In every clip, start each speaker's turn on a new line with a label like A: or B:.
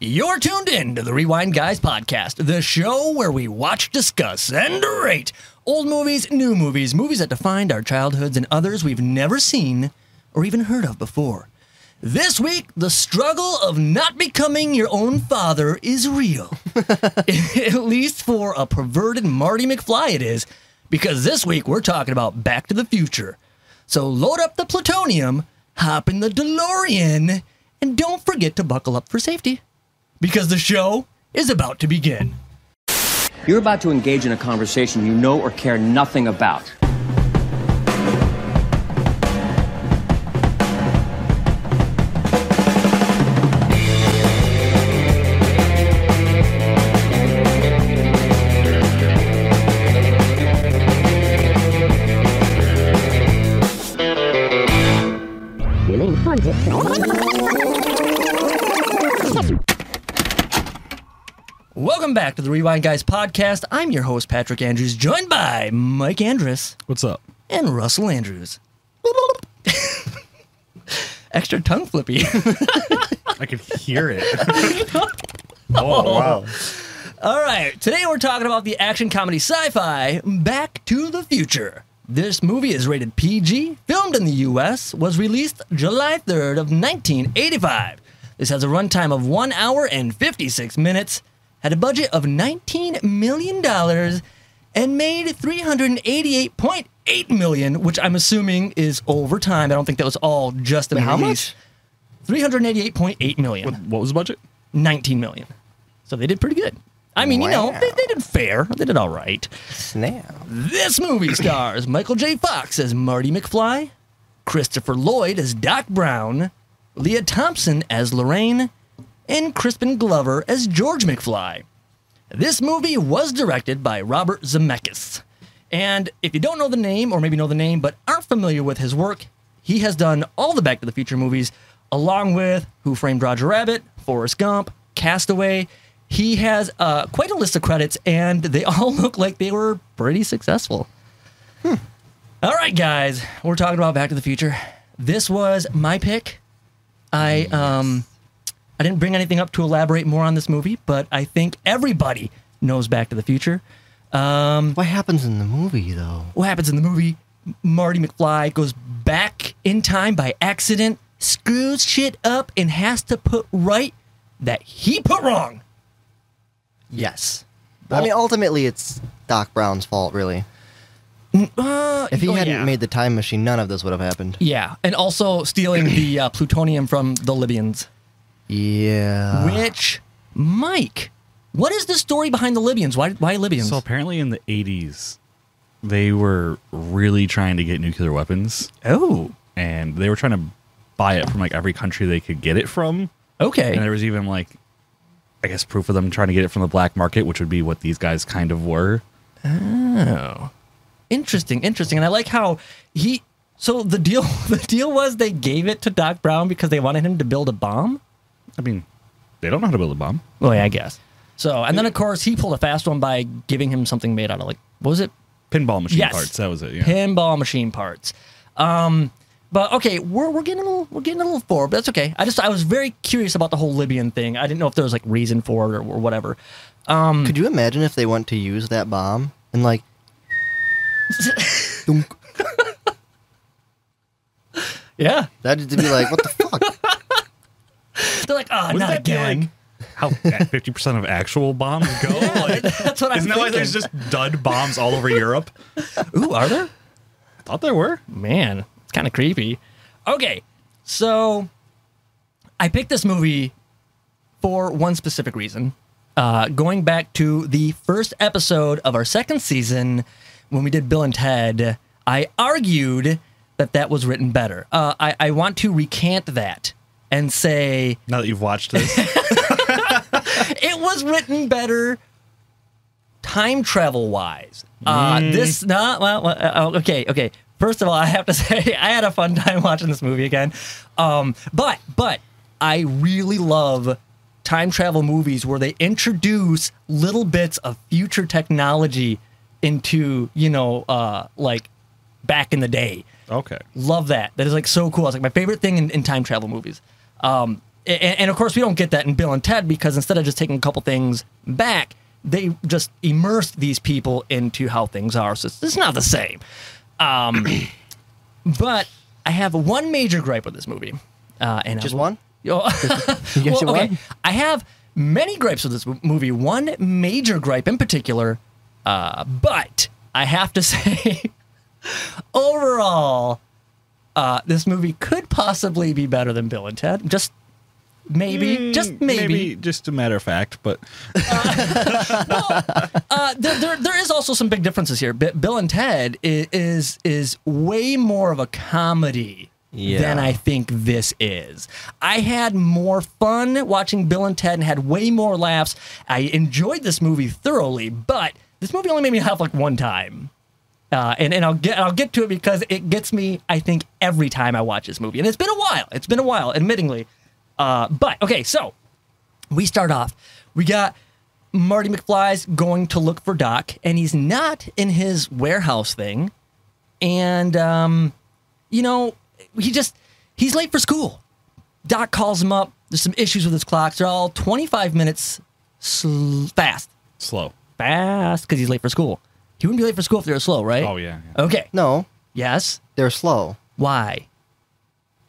A: You're tuned in to the Rewind Guys podcast, the show where we watch, discuss, and rate old movies, new movies, movies that defined our childhoods, and others we've never seen or even heard of before. This week, the struggle of not becoming your own father is real. At least for a perverted Marty McFly, it is, because this week we're talking about Back to the Future. So load up the plutonium, hop in the DeLorean, and don't forget to buckle up for safety, because the show is about to begin.
B: You're about to engage in a conversation you know or care nothing about.
A: Welcome back to the Rewind Guys podcast. I'm your host, Patrick Andrews, joined by Mike Andrus
C: What's up?
A: and Russell Andrews. Extra tongue flippy.
C: I could hear it. oh, wow.
A: All right, today we're talking about the action comedy sci fi Back to the Future. This movie is rated PG, filmed in the US, was released July 3rd of 1985. This has a runtime of 1 hour and 56 minutes, had a budget of 19 million dollars and made 388.8 million, which I'm assuming is overtime. I don't think that was all just the
D: how
A: release. 388.8 million.
C: What was the budget?
A: 19 million. So they did pretty good. I mean, you know,
D: Wow.
A: they, they did fair. They did all right.
D: Snap.
A: This movie stars Michael J. Fox as Marty McFly, Christopher Lloyd as Doc Brown, Leah Thompson as Lorraine, and Crispin Glover as George McFly. This movie was directed by Robert Zemeckis. And if you don't know the name, or maybe know the name but aren't familiar with his work, he has done all the Back to the Future movies, along with Who Framed Roger Rabbit, Forrest Gump, Castaway. He has uh, quite a list of credits, and they all look like they were pretty successful. All right, guys, we're talking about Back to the Future. This was my pick. I um, I didn't bring anything up to elaborate more on this movie, but I think everybody knows Back to the Future.
D: What happens in the movie, though?
A: What happens in the movie? M- Marty McFly goes back in time by accident, screws shit up, and has to put right that he put wrong. Yes.
D: I mean, ultimately, it's Doc Brown's fault, really.
A: Uh,
D: If he
A: oh,
D: hadn't
A: yeah.
D: made the time machine, none of this would have happened.
A: Yeah, and also stealing the uh, plutonium from the Libyans.
D: Yeah.
A: Which, Mike, what is the story behind the Libyans? Why, why Libyans?
C: So apparently in the 80s, they were really trying to get nuclear weapons
A: oh,
C: and they were trying to buy it from like every country they could get it from. And
A: okay.
C: there was even like, I guess, proof of them trying to get it from the black market, which would be what these guys kind of were.
A: Interesting, interesting. And I like how he. So the deal, the deal was they gave it to Doc Brown because they wanted him to build a bomb.
C: I mean, they don't know how to build a bomb.
A: Well, yeah, I guess. So, and then of course he pulled a fast one by giving him something made out of like what was it?
C: Pinball machine
A: Yes.
C: parts. That was it. Yeah.
A: Pinball machine parts. Um, but okay, we're we're getting a little we're getting a little forward, but that's okay. I just I was very curious about the whole Libyan thing. I didn't know if there was like reason for it or, or whatever.
D: Could
A: Hmm.
D: you imagine if they went to use that bomb and, like, thunk.
A: Yeah,
D: that'd be like, what the fuck?
A: they're like, oh, not
C: that be,
A: again.
C: like, how fifty percent of actual bombs go? Like,
A: that's what I'm
C: isn't that why there's just
A: thinking.
C: dud bombs all over Europe?
A: Ooh, are there?
C: Thought there were.
A: man, it's kind of creepy. Okay, so I picked this movie for one specific reason. Uh, going back to the first episode of our second season, when we did Bill and Ted, I argued that that was written better. Uh, I, I want to recant that and say
C: Now that you've watched this,
A: it was written better time travel wise. Uh, This not well, well. uh, Okay, okay. First of all, I have to say I had a fun time watching this movie again. Um, but but I really love time travel movies where they introduce little bits of future technology into you know uh, like back in the day
C: okay.
A: love that. That is like so cool. It's like my favorite thing in, in time travel movies. Um, A- And, of course, we don't get that in Bill and Ted because instead of just taking a couple things back, they just immerse these people into how things are. So it's, it's not the same. Um, but I have one major gripe with this movie. Uh, and I
D: Just
A: will-
D: one?
A: Oh,
D: You got
A: well,
D: your
A: okay.
D: one?
A: I have many gripes with this mo- movie. One major gripe in particular, uh, but I have to say, overall, uh, this movie could possibly be better than Bill and Ted. Just maybe,
C: Mm,
A: just maybe.
C: just a matter of fact, but
A: Uh, there, there, there is also some big differences here. B- Bill and Ted is is, is way more of a comedy.
D: Yeah.
A: Than I think this is. I had more fun watching Bill and Ted and had way more laughs. I enjoyed this movie thoroughly, but this movie only made me laugh like one time. Uh, and and I'll get I'll get to it because it gets me I think every time I watch this movie and it's been a while it's been a while admittingly, uh, but okay so we start off we got Marty McFly's going to look for Doc and he's not in his warehouse thing and um, you know he just he's late for school Doc calls him up there's some issues with his clocks they're all 25 minutes sl- fast
C: slow.
A: fast because he's late for school. He wouldn't be late for school if they were slow, right?
C: Oh, yeah, yeah.
A: Okay.
D: No,
A: Yes.
D: they're slow.
A: Why?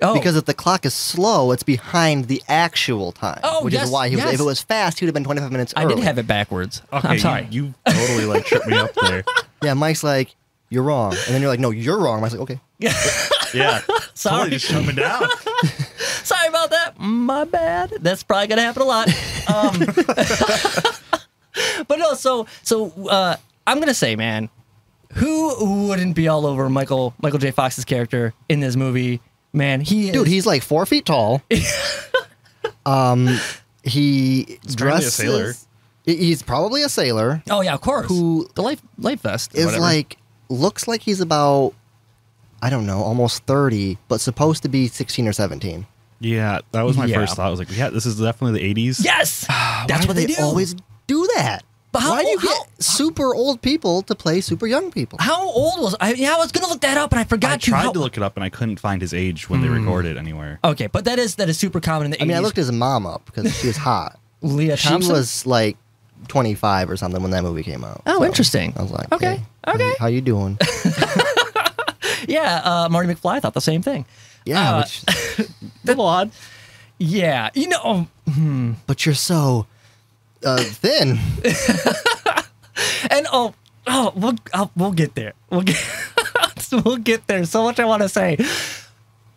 A: Oh,
D: Because if the clock is slow, it's behind the actual time.
A: Oh,
D: which
A: yes,
D: is why he was,
A: yes.
D: if it was fast, he would have been 25 minutes
A: I
D: early.
A: did have it backwards.
C: Okay,
A: I'm sorry.
C: You, you totally like tripped me up there.
D: Yeah, Mike's like, you're wrong. And then you're like, no, you're wrong. Mike's like, okay.
C: Yeah,
A: Sorry.
C: totally just shut me down.
A: sorry about that. My bad. That's probably gonna happen a lot. Um, but no, so so uh, I'm gonna say, man, who wouldn't be all over Michael Michael J. Fox's character in this movie? Man, he is,
D: Dude, he's like four feet tall. um, he
C: apparently a
D: dresses.
C: sailor.
D: He- He's probably a sailor.
A: oh yeah, of course.
D: Who-
A: the life life vest
D: Is
C: Whatever.
D: like looks like he's about, I don't know, almost 30, but supposed to be 16 or 17.
C: Yeah, that was my
A: Yeah.
C: first thought. I was like, yeah, this is definitely the '80s.
A: Yes,
D: Why
A: that's
D: do
A: what they, do.
D: always do that.
A: But how-
D: Why do you
A: how-
D: get super old people to play super young people?
A: How old was I? Yeah, I was gonna look that up and I forgot.
C: I
A: to how-
C: tried to look it up and I couldn't find his age when they recorded anywhere.
A: Okay, but that is that is super common in the 80s.
D: I mean, I looked his mom up because she was hot.
A: Leah
D: she
A: Thompson?
D: was like 25 or something when that movie came out.
A: Oh, interesting.
D: I was like,
A: Okay,
D: hey,
A: okay.
D: How you doing?
A: yeah, uh, Marty McFly thought the same thing.
D: Yeah,
A: Uh,
D: which,
A: odd. Yeah, you know, um,
D: but you're so uh, thin.
A: and oh, oh, we'll oh, we'll get there. We'll get we'll get there. So much I want to say.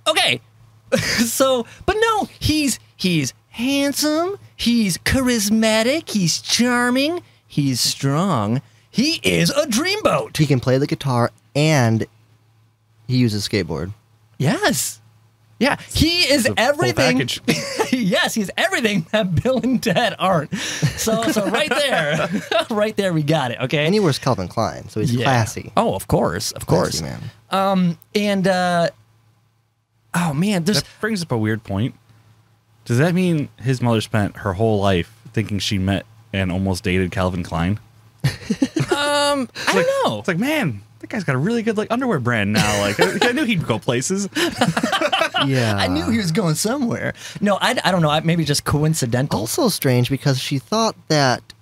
A: Okay, so but no, he's he's handsome. He's charismatic. He's charming. He's strong. He is a dreamboat.
D: he can play the guitar and he uses skateboard.
A: Yes. Yeah, he is
C: the full
A: everything.
C: package.
A: yes, he's everything that Bill and Ted aren't. So, so right there, right there, we got it. Okay,
D: And he wears Calvin Klein, so he's
A: Yeah.
D: classy.
A: Oh, of course, of course,
D: Classy man.
A: And uh, oh man, there's
C: That brings up a weird point. Does that mean his mother spent her whole life thinking she met and almost dated Calvin Klein?
A: I don't know.
C: It's like, man, that guy's got a really good like underwear brand now. Like, I, I knew he'd go places.
D: Yeah.
A: I knew he was going somewhere. No, I, I don't know. I, maybe just coincidental.
D: Also strange because she thought that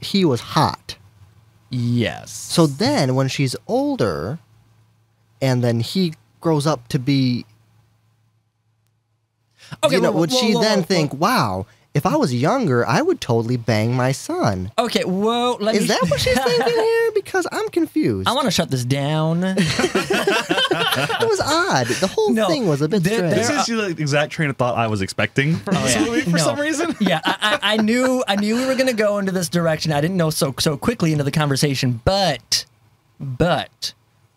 D: he was hot.
A: Yes.
D: So then when she's older and then he grows up to be you know,
A: whoa,
D: would
A: whoa,
D: she
A: whoa,
D: then
A: whoa,
D: think,
A: whoa.
D: "Wow, if I was younger, I would totally bang my son"?
A: Okay, whoa. Let
D: Is
A: me-
D: that what she's thinking here? Because I'm confused.
A: I want to shut this down.
D: it was odd. The whole
A: No,
D: thing was a bit
A: there-
C: This
D: strange.
C: is the exact train of thought I was expecting from this
A: Oh, Yeah.
C: movie for
A: No.
C: some reason.
A: yeah, I, I, I knew I knew we were gonna go into this direction. I didn't know so so quickly into the conversation, but but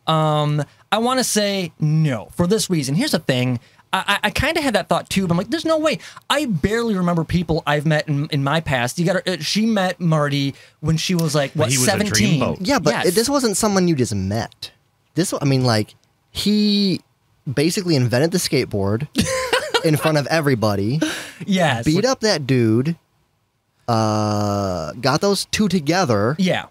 A: um, I want to say no for this reason. Here's the thing. I, I, I kind of had that thought too, but I'm like, there's no way. I barely remember people I've met in, in my past. You got her. She met Marty when she was like what
C: he was a
A: 17.
C: dreamboat.
D: yeah, but
A: Yes.
D: it- this wasn't someone you just met. This, I mean, like he basically invented the skateboard in front of everybody,
A: yes.
D: beat up that dude, uh, got those two together.
A: Yeah.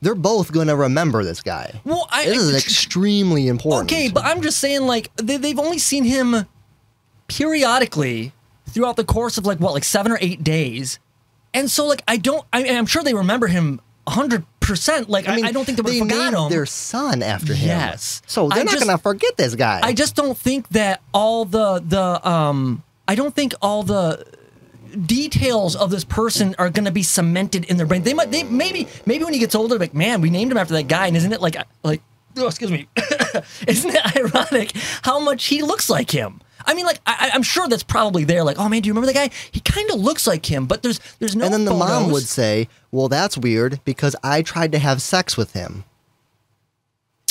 D: They're both gonna remember this guy.
A: Well, I
D: This is extremely important.
A: Okay, but I'm just saying, like, they, they've only seen him periodically throughout the course of like what, like seven or eight days. And so like I don't, I, I'm sure they remember him 100. percent Like I, I, don't think they, would
D: they
A: have forgot
D: named
A: him.
D: their son after him.
A: Yes.
D: So they're
A: I
D: not
A: just-
D: gonna forget this guy.
A: I just don't think that all the the um I don't think all the details of this person are going to be cemented in their brain. They might they maybe maybe when he gets older like man, we named him after that guy and isn't it like like oh, excuse me. isn't it ironic how much he looks like him? I mean, like I, I- I'm sure that's probably there. Like, oh man, do you remember the guy? He kind of looks like him, but there's there's no.
D: and then the mom
A: photos.
D: would say, "Well, that's weird because I tried to have sex with him."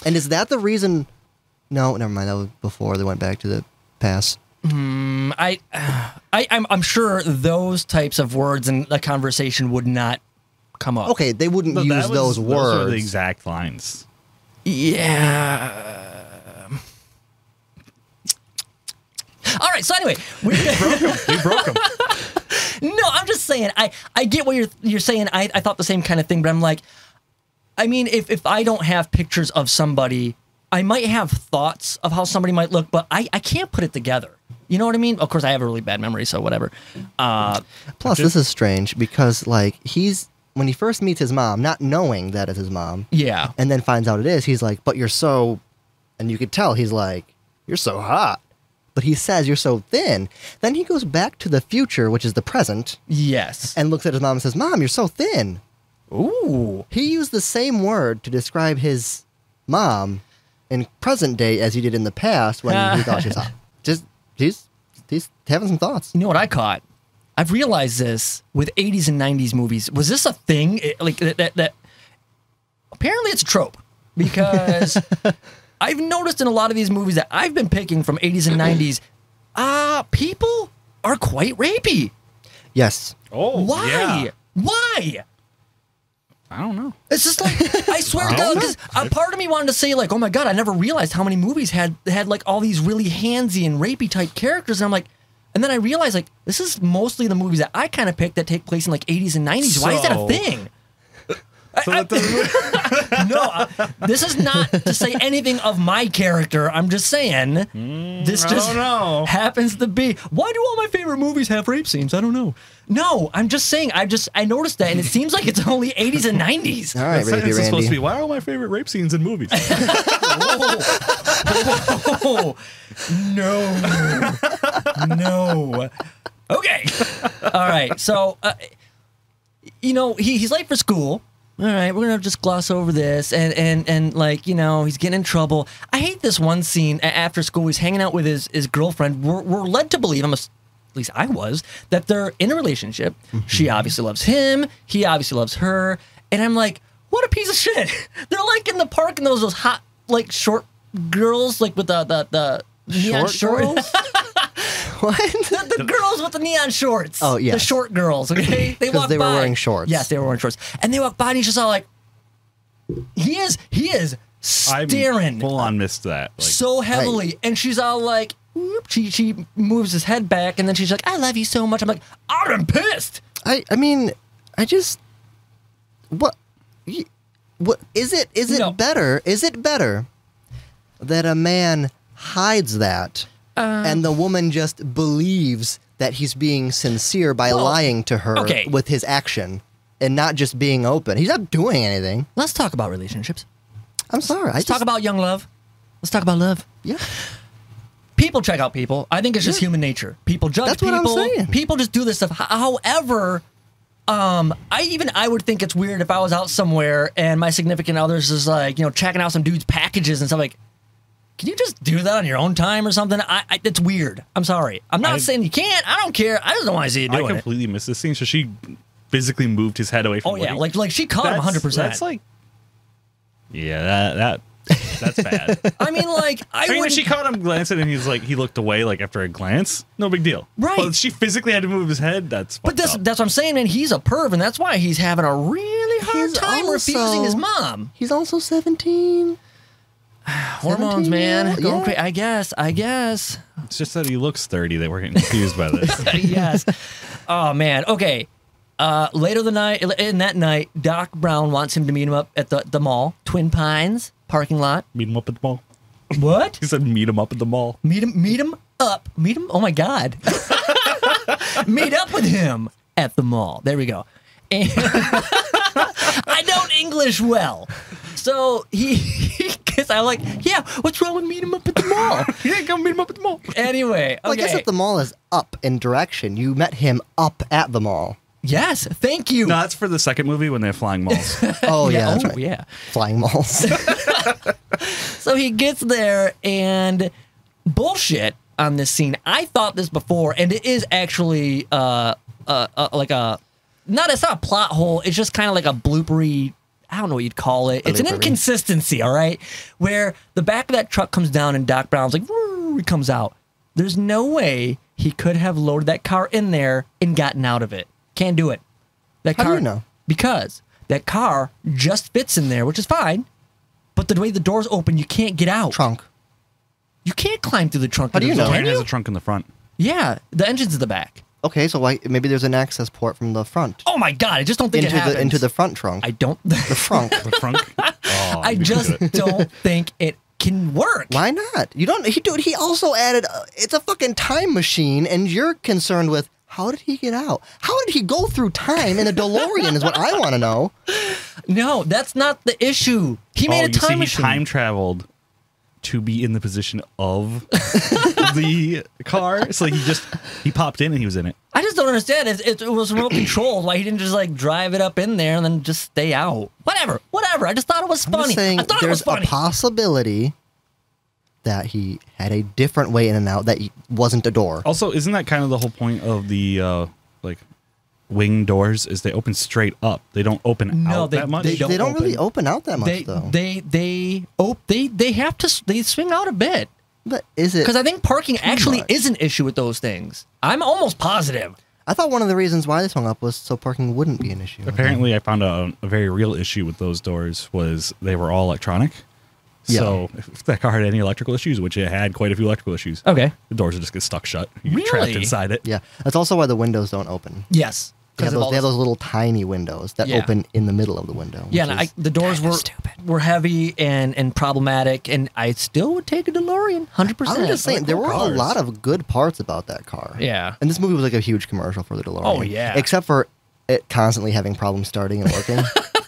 D: And is that the reason? No, never mind. That was before they went back to the past.
A: Mm, I, I, I'm, I'm sure those types of words in a conversation would not come up.
D: Okay, they wouldn't
C: No, that
D: use
C: was-
D: those words.
C: were the exact lines.
A: Yeah. All right. So anyway, we,
C: We broke them.
A: no, I'm just saying. I I get what you're you're saying. I I thought the same kind of thing, but I'm like, I mean, if if I don't have pictures of somebody, I might have thoughts of how somebody might look, but I I can't put it together. You know what I mean? Of course, I have a really bad memory, so whatever. Uh,
D: Plus, this is strange because like he's when he first meets his mom, not knowing that it's his mom.
A: yeah.
D: and then finds out it is, he's like, "But you're so," and you could tell he's like, "You're so hot," but he says, "You're so thin." Then he goes back to the future, which is the present,
A: Yes.
D: and looks at his mom and says, "Mom, you're so thin."
A: Ooh.
D: He used the same word to describe his mom in present day as he did in the past when he thought she was hot. Just he's he's having some thoughts.
A: You know what I caught? I've realized this with 80s and 90s movies. Was this a thing? It- like that, that, that- apparently it's a trope because I've noticed in a lot of these movies that I've been picking from 80s and 90s, ah, people are quite rapey.
D: Yes,
C: Oh,
A: Why?
C: yeah.
A: Why?
C: I don't know.
A: It's just like I swear to God, because a part of me wanted to say like, "Oh my God, I never realized how many movies had had like all these really handsy and rapey type characters." And I'm like, and then I realized like this is mostly the movies that I kind of picked that take place in like 80s and 90s. Why is that a
C: So-
A: thing? no, I, this is not to say anything of my character. I'm just saying this
C: Mm, I
A: just
C: don't know.
A: happens to be. Why do all my favorite movies have rape scenes? I don't know. No, I'm just saying. I just I noticed that, and it seems like it's only 80s and 90s.
D: all right,
C: That sentence
D: Rapey
C: is supposed
D: Randy.
C: to be, why are all my favorite rape scenes in movies?
A: Oh, no. no. Okay. All right. So, uh, you know, he, he's late for school. All right, we're gonna just gloss over this, and and and like you know, he's getting in trouble. I hate this one scene a- after school. He's hanging out with his his girlfriend. We're, we're led to believe, I'm a, at least I was, that they're in a relationship. She obviously loves him. He obviously loves her. And I'm like, what a piece of shit. they're like in the park, and those those hot like short girls, like with the the the neon short
D: what?
A: the, the girls with the neon shorts.
D: Oh, yeah.
A: the short girls. Okay, they
D: 'Cause
A: walk
D: they were
A: by.
D: wearing shorts.
A: Yes, they were wearing shorts, and they walk by, and he's just all like, he is, he is staring
C: Full on missed that. Like,
A: so heavily, and she's all like, whoop, she she moves his head back, and then she's like, I love you so much. I'm like, I'm pissed.
D: I I mean, I just what y- what is it? Is it
A: No.
D: better? Is it better that a man hides that
A: Uh.
D: and the woman just believes that he's being sincere by
A: Well,
D: lying to her
A: okay.
D: with his action and not just being open? He's not doing anything.
A: Let's talk about relationships.
D: I'm sorry. I
A: Let's
D: just,
A: talk about young love. Let's talk about love.
D: yeah.
A: people check out people. I think it's just human nature. People judge
D: That's what
A: people.
D: I'm saying.
A: People just do this stuff. H- However, um, I even I would think it's weird if I was out somewhere and my significant other's is like, you know, checking out some dude's packages and stuff like can you just do that on your own time or something? I, I it's weird. I'm sorry. I'm not
C: I-
A: saying you can't. I don't care. I just don't want to see you
C: I
A: doing it.
C: completely missed this scene. So she physically moved his head away from
A: Oh yeah,
C: Woody.
A: like like she caught him
C: That's-
A: 100. percent
C: That's like, yeah, that, that that's bad.
A: I mean, like I,
C: I mean,
A: wouldn't-
C: she caught him glancing, and he's like, he looked away, like after a glance. No big deal,
A: Right.
C: But she physically had to move his head. That's
A: But that's that's what I'm saying, man. He's a perv, and that's why he's having a really hard
D: He's
A: time refusing
D: also-
A: his mom.
D: He's also 17.
A: Hormones,
D: 17
A: man.
D: year old,
A: Go
D: yeah.
A: cra- I guess. I guess.
C: it's just that he looks thirty. That we're getting confused by this.
A: yes. Oh man. Okay. Uh, later the night, in that night, Doc Brown wants him to meet him up at the, the mall, Twin Pines parking lot.
C: meet him up at the mall.
A: What?
C: He said, meet him up at the mall.
A: meet him. Meet him up. Meet him. Oh my God. meet up with him at the mall. There we go. And I don't English well. So he, because I'm like, yeah, what's wrong with meeting him up at the mall?
C: yeah, go meet him up at the mall.
A: Anyway, okay.
D: Well, I guess if the mall is up in direction, you met him up at the mall.
A: yes, thank you.
C: No, that's for the second movie when they have flying malls.
D: Oh yeah, that's
A: oh,
D: right.
A: yeah.
D: Flying malls.
A: So he gets there and bullshit on this scene. I thought this before, and it is actually uh, uh, uh like a not it's not a plot hole. It's just kind of like a bloopery. I don't know what you'd call it. It's an
D: Bloopery.
A: inconsistency, all right. Where the back of that truck comes down and Doc Brown's like, "Woo," he comes out. There's no way he could have loaded that car in there and gotten out of it. Can't do it. That
D: How do
A: car,
D: you know?
A: Because that car just fits in there, which is fine. But the way the doors open, you can't get out.
D: Trunk.
A: You can't climb through the trunk.
D: How do you
A: of the
D: know?
A: door,
C: Mine
A: can
C: has
A: you?
C: a trunk in the front.
A: Yeah, the engine's at the back.
D: Okay, so why maybe there's an access port from the front
A: Oh my god! I just don't think
D: into
A: it happens.
D: the into the front trunk.
A: I don't.
D: the trunk.
C: The trunk. Oh,
A: I
C: you
A: just
C: did it.
A: don't think it can work.
D: Why not? You don't. He dude. He also added. Uh, it's a fucking time machine, and you're concerned with how did he get out? How did he go through time in a DeLorean? is what I want to know.
A: No, that's not the issue. He made
C: oh,
A: a time
C: you see,
A: machine.
C: he time traveled to be in the position of the car. So he just he popped in and he was in it.
A: I just don't understand. It, it, it was remote controlled. Why he didn't just like drive it up in there and then just stay out? Whatever, whatever. I just thought it was
D: I'm
A: funny.
D: just saying
A: I thought it was
D: there's a
A: funny.
D: possibility that he had a different way in and out that he- wasn't a
A: Oh,
D: door.
C: Also, isn't that kind of the whole point of the uh like wing doors? Is they open straight up? They don't open
A: No,
C: out
A: they-
C: that much.
A: they don't
D: they don't really
A: open.
D: open out that much
A: they,
D: though.
A: they they oh they they have to s- they swing out a bit.
D: but is it?
A: Because I think parking actually
D: much.
A: is an issue with those things. I'm almost positive.
D: I thought one of the reasons why this hung up was so parking wouldn't be an issue.
C: Apparently, I found out a very real issue with those doors was they were all electronic. So if that car had any electrical issues, which it had quite a few electrical issues,
A: Okay.
C: the doors would just get stuck shut. You get trapped
A: Really?
C: inside it.
D: Yeah, that's also why the windows don't open.
A: Yes.
D: They have,
A: of
D: those,
A: all
D: they have
A: this-
D: those little tiny windows that
A: Yeah.
D: open in the middle of the window.
A: yeah,
D: which
A: and I,
D: is-
A: the doors were were heavy and and problematic, and I still would take a DeLorean, hundred percent.
D: I'm just saying there were a lot of good parts about that car.
A: Yeah.
D: and this movie was like a huge commercial for the DeLorean.
A: Oh, yeah.
D: except for it constantly having problems starting and working.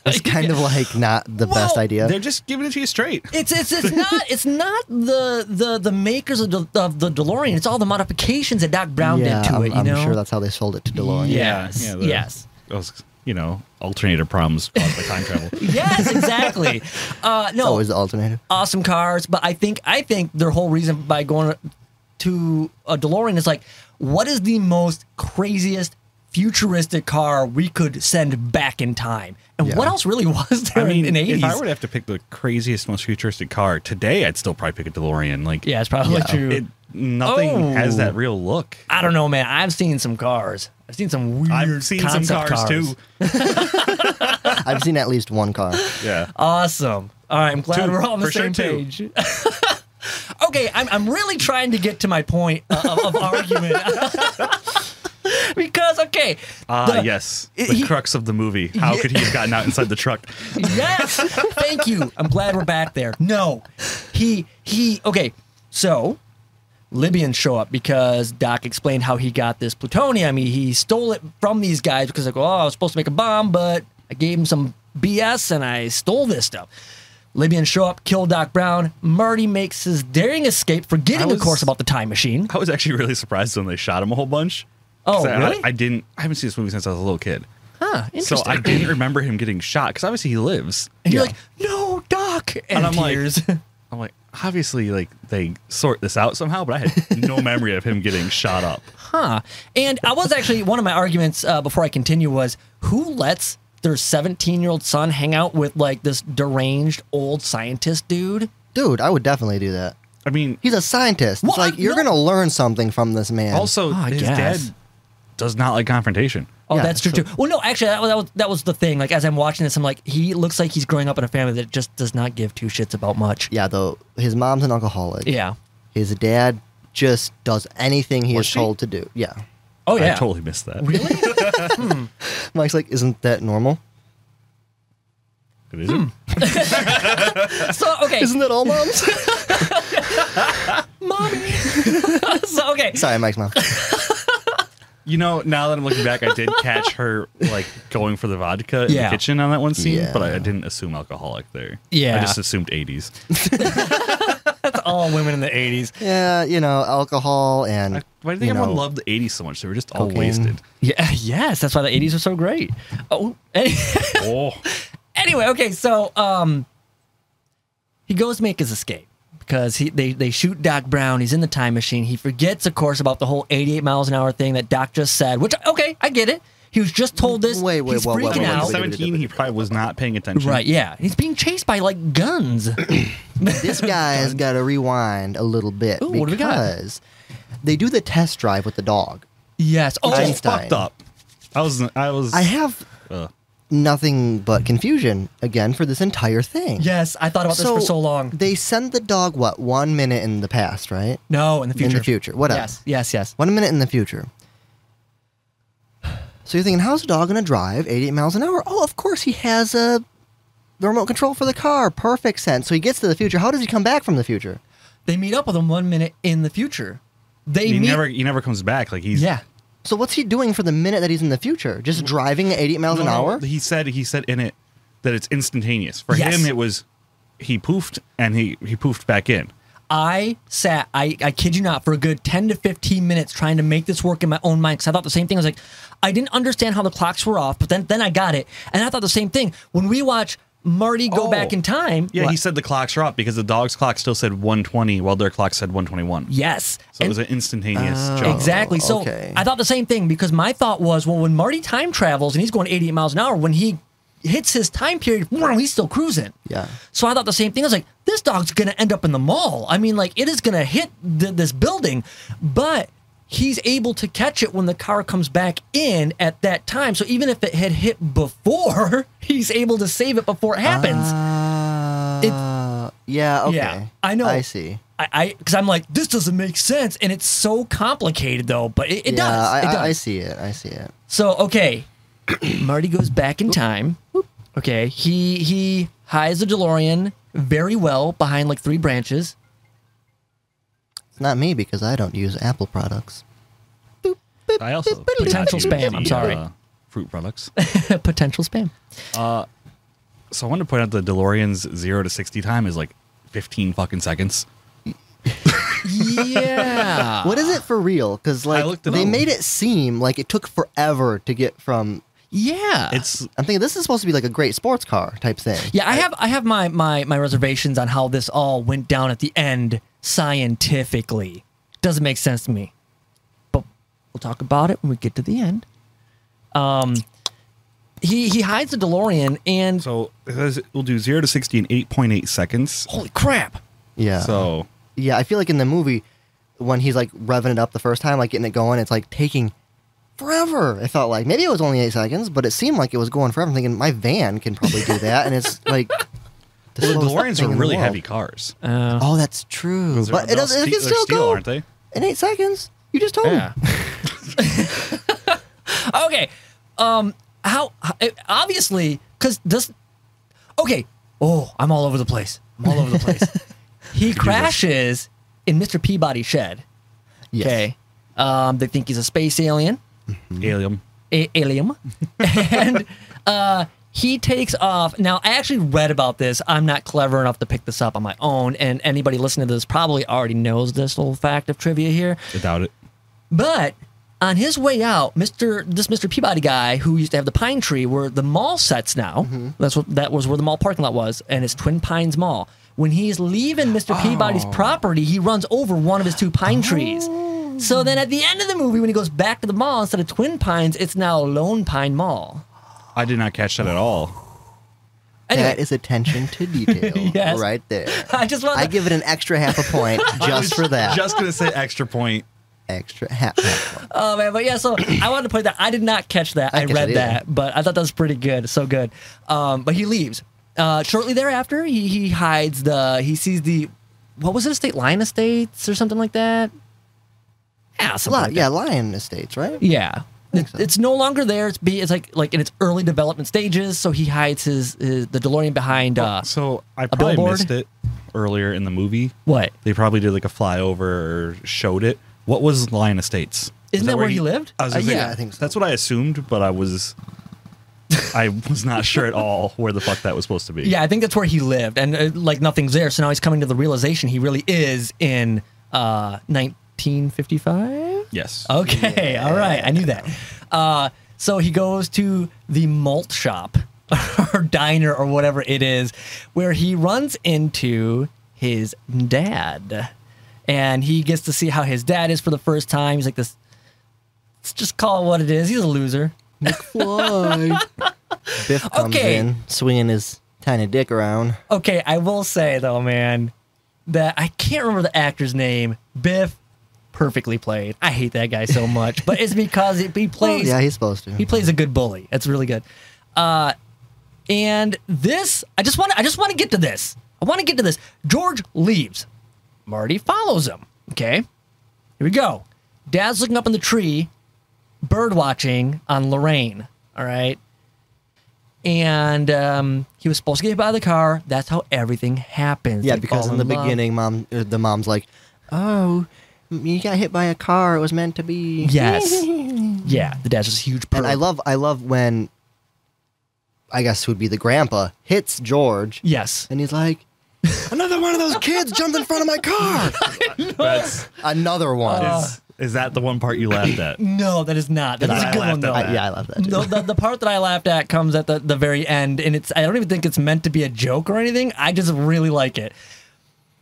D: it's kind of like not the best
A: Well,
D: idea.
C: They're just giving it to you straight.
A: It's it's it's not it's not the the the makers of the, of the DeLorean. It's all the modifications that Doc Brown
D: yeah,
A: did to
D: I'm,
A: it. You
D: I'm
A: know.
D: sure that's how they sold it to DeLorean.
A: Yeah. Yes,
C: the-
A: yes.
C: Those, you know, alternator problems caused by time travel.
A: yes, exactly. Uh,
D: it's
A: no,
D: always the Oh, alternative.
A: awesome cars, but I think I think their whole reason by going to a DeLorean is like, what is the most craziest futuristic car we could send back in time? And
D: Yeah.
A: what else really was there
C: I mean,
A: in the
C: if I
A: eighties?
C: would have to pick the craziest, most futuristic car today, I'd still probably pick a DeLorean. Like,
A: Yeah, it's probably
D: Yeah.
A: true.
C: it, nothing
A: Oh.
C: has that real look.
A: I don't know, man. I've seen some cars. I've seen some weird.
C: I've seen some
A: concept
C: cars, too.
D: I've seen at least one car.
C: Yeah.
A: Awesome. All right, I'm glad
C: Two.
A: we're all on the
C: For sure,
A: same page.
C: two.
A: okay, I'm, I'm really trying to get to my point of, of argument. because, okay.
C: Ah,
A: the-
C: yes.
A: it-
C: The
A: he-
C: crux of the movie. How could he have gotten out inside the truck?
A: yes. Thank you. I'm glad we're back there. No. He he okay. So Libyans show up because Doc explained how he got this plutonium. He, he stole it from these guys because like, oh, I was supposed to make a bomb, but I gave him some BS and I stole this stuff. Libyans show up, kill Doc Brown. Marty makes his daring escape, forgetting,
C: I
A: of
C: was-
A: course, about the time machine.
C: I was actually really surprised when they shot him a whole bunch.
A: Oh,
C: 'Cause I,
A: really?
C: I, didn't. I haven't seen this movie since I was a little kid.
A: Huh,
C: So
A: interesting.
C: I didn't remember him getting shot because obviously he lives.
A: and you're
D: Yeah.
A: like, no, Doc. And,
C: I'm like-
A: tears.
C: I'm like, obviously, like they sort this out somehow, but I had no memory of him getting shot up.
A: Huh. And I was actually, one of my arguments uh, before I continue was who lets their 17 year old son hang out with like this deranged old scientist dude?
D: Dude, I would definitely do that.
C: I mean,
D: He's a scientist.
A: Well,
D: it's like
A: I'm
D: you're
A: not-
D: gonna learn something from this man.
C: also
A: ah, I
C: his
A: guess.
C: dad does not like confrontation.
A: Oh,
D: Yeah,
A: that's true
D: so-
A: too. Well, no, actually, that was, that was that was the thing. Like, as I'm watching this, I'm like, he looks like he's growing up in a family that just does not give two shits about much.
D: yeah, though his mom's an alcoholic.
A: Yeah.
D: His dad just does anything he
C: Was
D: is
C: she?
D: told to do. Yeah.
A: Oh yeah.
C: I totally missed that.
A: Really?
D: Mike's like, isn't that normal?
C: It is.
A: Hmm. so okay,
D: Isn't that all moms?
A: mommy. so okay,
D: Sorry, Mike's mom.
C: You know, now that I'm looking back, I did catch her like going for the vodka in
A: Yeah.
C: the kitchen on that one scene,
D: Yeah.
C: but I, I didn't assume alcoholic there.
A: Yeah.
C: I just assumed 80s.
A: all women in the 80s.
D: Yeah, you know, alcohol and.
C: Why do you think
D: you
C: everyone
D: know,
C: loved the 80s so much? They were just all
D: Cocaine.
C: wasted.
A: Yeah, yes, that's why the 80s were so great. Oh, any-
C: Oh,
A: anyway, okay, so um, he goes to make his escape because he they, they shoot Doc Brown. He's in the time machine. He forgets, of course, about the whole 88 miles an hour thing that Doc just said. Which okay, I get it. He was just told this.
D: Wait, wait,
A: he's
D: whoa, whoa,
A: freaking
D: whoa, whoa,
A: out.
D: wait, wait,
C: 17, he probably was not paying attention.
A: Right, yeah, he's being chased by like guns.
D: This guy has got to rewind a little bit
A: Ooh,
D: because
A: what do we got?
D: they do the test drive with the dog.
A: yes. Oh,
D: Einstein.
C: Fucked up. I was. I was.
D: I have
C: uh,
D: nothing but confusion again for this entire thing.
A: yes. I thought about this for so long.
D: They send the dog what one minute in the past, right?
A: No, in the future.
D: In the future, what
A: Yes,
D: else?
A: yes, yes.
D: One minute in the future. So you're thinking, how's a dog gonna drive 88 miles an hour? Oh, of course he has a the remote control for the car. Perfect sense. So he gets to the future. How does he come back from the future?
A: They meet up with him one minute in the future. They
C: he
A: meet.
C: never. He never comes back. Like he's.
A: yeah.
D: So what's he doing for the minute that he's in the future? Just driving at 88 miles
C: No,
D: an
C: no,
D: hour?
C: He said. He said in it that it's instantaneous. For
A: Yes.
C: him, it was. He poofed and he he poofed back in.
A: I sat, I, I kid you not, for a good 10 to 15 minutes trying to make this work in my own mind because I thought the same thing. I was like, I didn't understand how the clocks were off, but then, then I got it. And I thought the same thing. When we watch Marty go
C: Oh.
A: back in time.
C: Yeah, he
A: What?
C: said the clocks are up because the dog's clock still said 120 while their clock said 121.
A: Yes.
C: So it
A: And-
C: was an instantaneous jump.
A: Exactly. So
D: Oh, okay.
A: I thought the same thing because my thought was, well, when Marty time travels and he's going 88 miles an hour, when he hits his time period, wow, he's still cruising.
D: Yeah.
A: So I thought the same thing. I was like, this dog's going to end up in the mall. I mean, like, it is going to hit th- this building, but he's able to catch it when the car comes back in at that time. So even if it had hit before, he's able to save it before it happens.
D: Uh, yeah, Ah, okay.
A: Yeah, I know.
D: I see.
A: I, because I'm like, this doesn't make sense, and it's so complicated though. But it, it
D: yeah,
A: does.
D: I,
A: it does.
D: I, I see it. I see it.
A: So okay, Marty goes back in time. Okay, he he hides the DeLorean very well behind like three branches.
D: It's not me because I don't use Apple products.
C: I also
A: Potential
C: did not use
A: spam, I'm sorry.
C: uh, fruit products.
A: Potential spam.
C: so I wanted to point out the DeLorean's zero to sixty time is like fifteen fucking seconds.
A: Yeah.
D: What is it for real? Because like
C: looked it
D: they
C: up.
D: made it seem like it took forever to get from.
A: yeah.
C: It's
D: I'm thinking this is supposed to be like a great sports car type thing.
A: yeah. I have I have my my my reservations on how this all went down at the end scientifically. Doesn't make sense to me. But we'll talk about it when we get to the end. Um, he he hides the DeLorean and
C: so it says we'll do zero to sixty in eight point eight seconds.
A: holy crap.
D: Yeah.
C: So
D: yeah, I feel like in the movie when he's like revving it up the first time, like getting it going, it's like taking forever. It felt like maybe it was only eight seconds, but it seemed like it was going forever. I'm thinking my van can probably do that, and it's like. the
C: well, the
D: slowest
C: DeLoreans
D: thing
C: are
D: in the
C: really
D: world.
C: heavy cars.
D: Oh, that's true.
C: Those are-
D: But it
C: they're all
D: doesn't. It
C: ste-
D: can
C: they're
D: still
C: steel,
D: go.
C: aren't they?
D: In eight seconds, you just told
A: Uh.
D: me.
A: okay. Um. How? how obviously, because this. Okay. Oh, I'm all over the place. I'm all over the place. he crashes in Mr. Peabody's shed.
D: Yes.
A: Okay. Um. They think he's a space alien.
C: Alien.
A: A- alien. and uh, he takes off. Now, I actually read about this. I'm not clever enough to pick this up on my own, and anybody listening to this probably already knows this little fact of trivia here.
C: I doubt it.
A: But on his way out, Mister this Mister Peabody guy who used to have the pine tree where the mall sets now. That's what that was where the mall parking lot was, and it's Twin Pines Mall. When he's leaving Mister Peabody's property, he runs over one of his two pine trees. So then at the end of the movie, when he goes back to the mall instead of Twin Pines, it's now Lone Pine Mall.
C: I did not catch that at all.
A: Anyway,
D: That is attention to detail
A: Yes.
D: right there.
A: I just want
D: I give it an extra half a point just for that.
C: Just gonna say extra point.
D: extra half, half point.
A: Oh man, but yeah. So I wanted to point that I did not catch that.
D: I
A: I,
D: catch
A: read
D: it, yeah.
A: that, but I thought that was pretty good. So good. Um, but he leaves. Uh, shortly thereafter, he he hides the. He sees the. What was it? Estate line estates or something like that. Yeah, something
D: Lot,
A: like
D: yeah, lion estates, right?
A: that. Yeah. It- it's no longer there. It's be. It's like like in its early development stages. So he hides his, his the DeLorean behind. Uh,
C: So I probably
A: billboard?
C: missed it earlier in the movie.
A: what?
C: They probably did like a flyover or showed it. What was Lion Estates?
A: Isn't that, where he,
C: he-
A: lived?
C: I was gonna
A: Uh,
C: say,
A: yeah.
D: I think so.
C: That's what I assumed, but I was I was not sure at all where the fuck that was supposed to be.
A: Yeah, I think that's where he lived, and uh, like nothing's there. So now he's coming to the realization he really is in uh, 1955.
C: Yes.
D: Oh.
A: Okay, all right, I knew that. Uh, so he goes to the malt shop or diner or whatever it is, where he runs into his dad, and he gets to see how his dad is for the first time. He's like this. Let's just call it what it is. He's a loser.
D: McFly. Biff comes
A: Okay.
D: in, swinging his tiny dick around.
A: Okay, I will say though, man, that I can't remember the actor's name. Biff, perfectly played. I hate that guy so much, but it's because it, he plays.
D: yeah, he's supposed to.
A: he plays a good bully. That's really good. Uh, and this, I just want to, I just want to get to this. I want to get to this. George leaves. Marty follows him. Okay, here we go. Dad's looking up in the tree, bird watching on Lorraine. All right, and um, he was supposed to get by the car. That's how everything happens.
D: yeah,
A: They
D: because
A: fall
D: in the
A: love.
D: beginning, mom, er, the mom's like, "Oh, you got hit by a car. It was meant to be."
A: Yes. yeah, the dad's just a huge. Perv.
D: And I love, I love when, I guess would be the grandpa hits George,
A: Yes.
D: and he's like, "Another one of those kids jumped in front of my car."
C: That's
D: Another one. Oh,
C: is, is that the one part you laughed at?
A: No, that is not. That is
C: I
A: a good one
C: laughed at
A: though.
C: that.
D: I, yeah, I love that. Too.
A: the, the, the part that I laughed at comes at the, the very end, and it's I don't even think it's meant to be a joke or anything. I just really like it.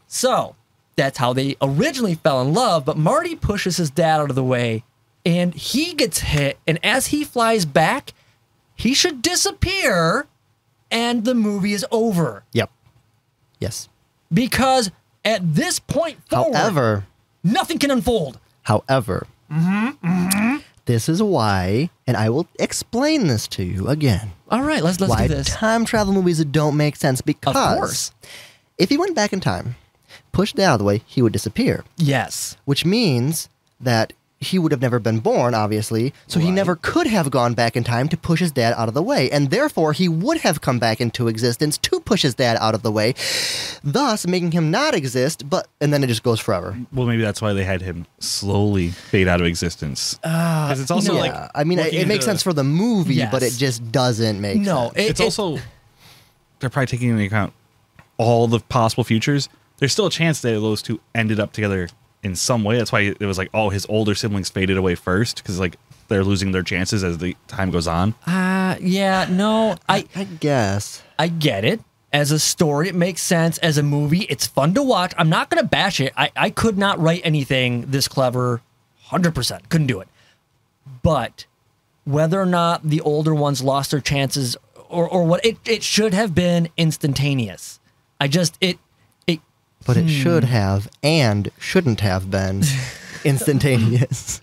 A: So that's how they originally fell in love, but Marty pushes his dad out of the way and he gets hit, and as he flies back, he should disappear and the movie is over.
D: Yep. Yes.
A: Because at this point forward,
D: However,
A: nothing can unfold.
D: however, this is why, and I will explain this to you again.
A: All right, let's let's
D: why
A: do this.
D: time travel movies don't make sense because
A: course.
D: if he went back in time, pushed it out of the way, he would disappear,
A: Yes.
D: which means that he would have never been born, obviously, so he never could have gone back in time to push his dad out of the way, and therefore he would have come back into existence to push his dad out of the way, thus making him not exist, but and then it just goes forever.
C: Well, maybe that's why they had him slowly fade out of existence. Because it's also
A: no.
C: like
D: Uh, yeah, I mean, it,
C: looking
D: it
C: at
D: makes
C: the-
D: sense for the movie, but
A: Yes.
D: it just doesn't make
A: No,
D: sense.
A: it-
C: it's
A: it-
C: also they're probably taking into account all the possible futures. There's still a chance that those two ended up together in some way. That's why it was like, oh, his older siblings faded away first because like they're losing their chances as the time goes on.
A: uh, yeah, no, I
D: I guess.
A: I get it. As a story, it makes sense. As a movie, it's fun to watch. I'm not going to bash it. I, I could not write anything this clever 100%. Couldn't do it. But whether or not the older ones lost their chances or, or what, it, it should have been instantaneous. I just, it, it,
D: but
A: Hmm.
D: it should have and shouldn't have been instantaneous.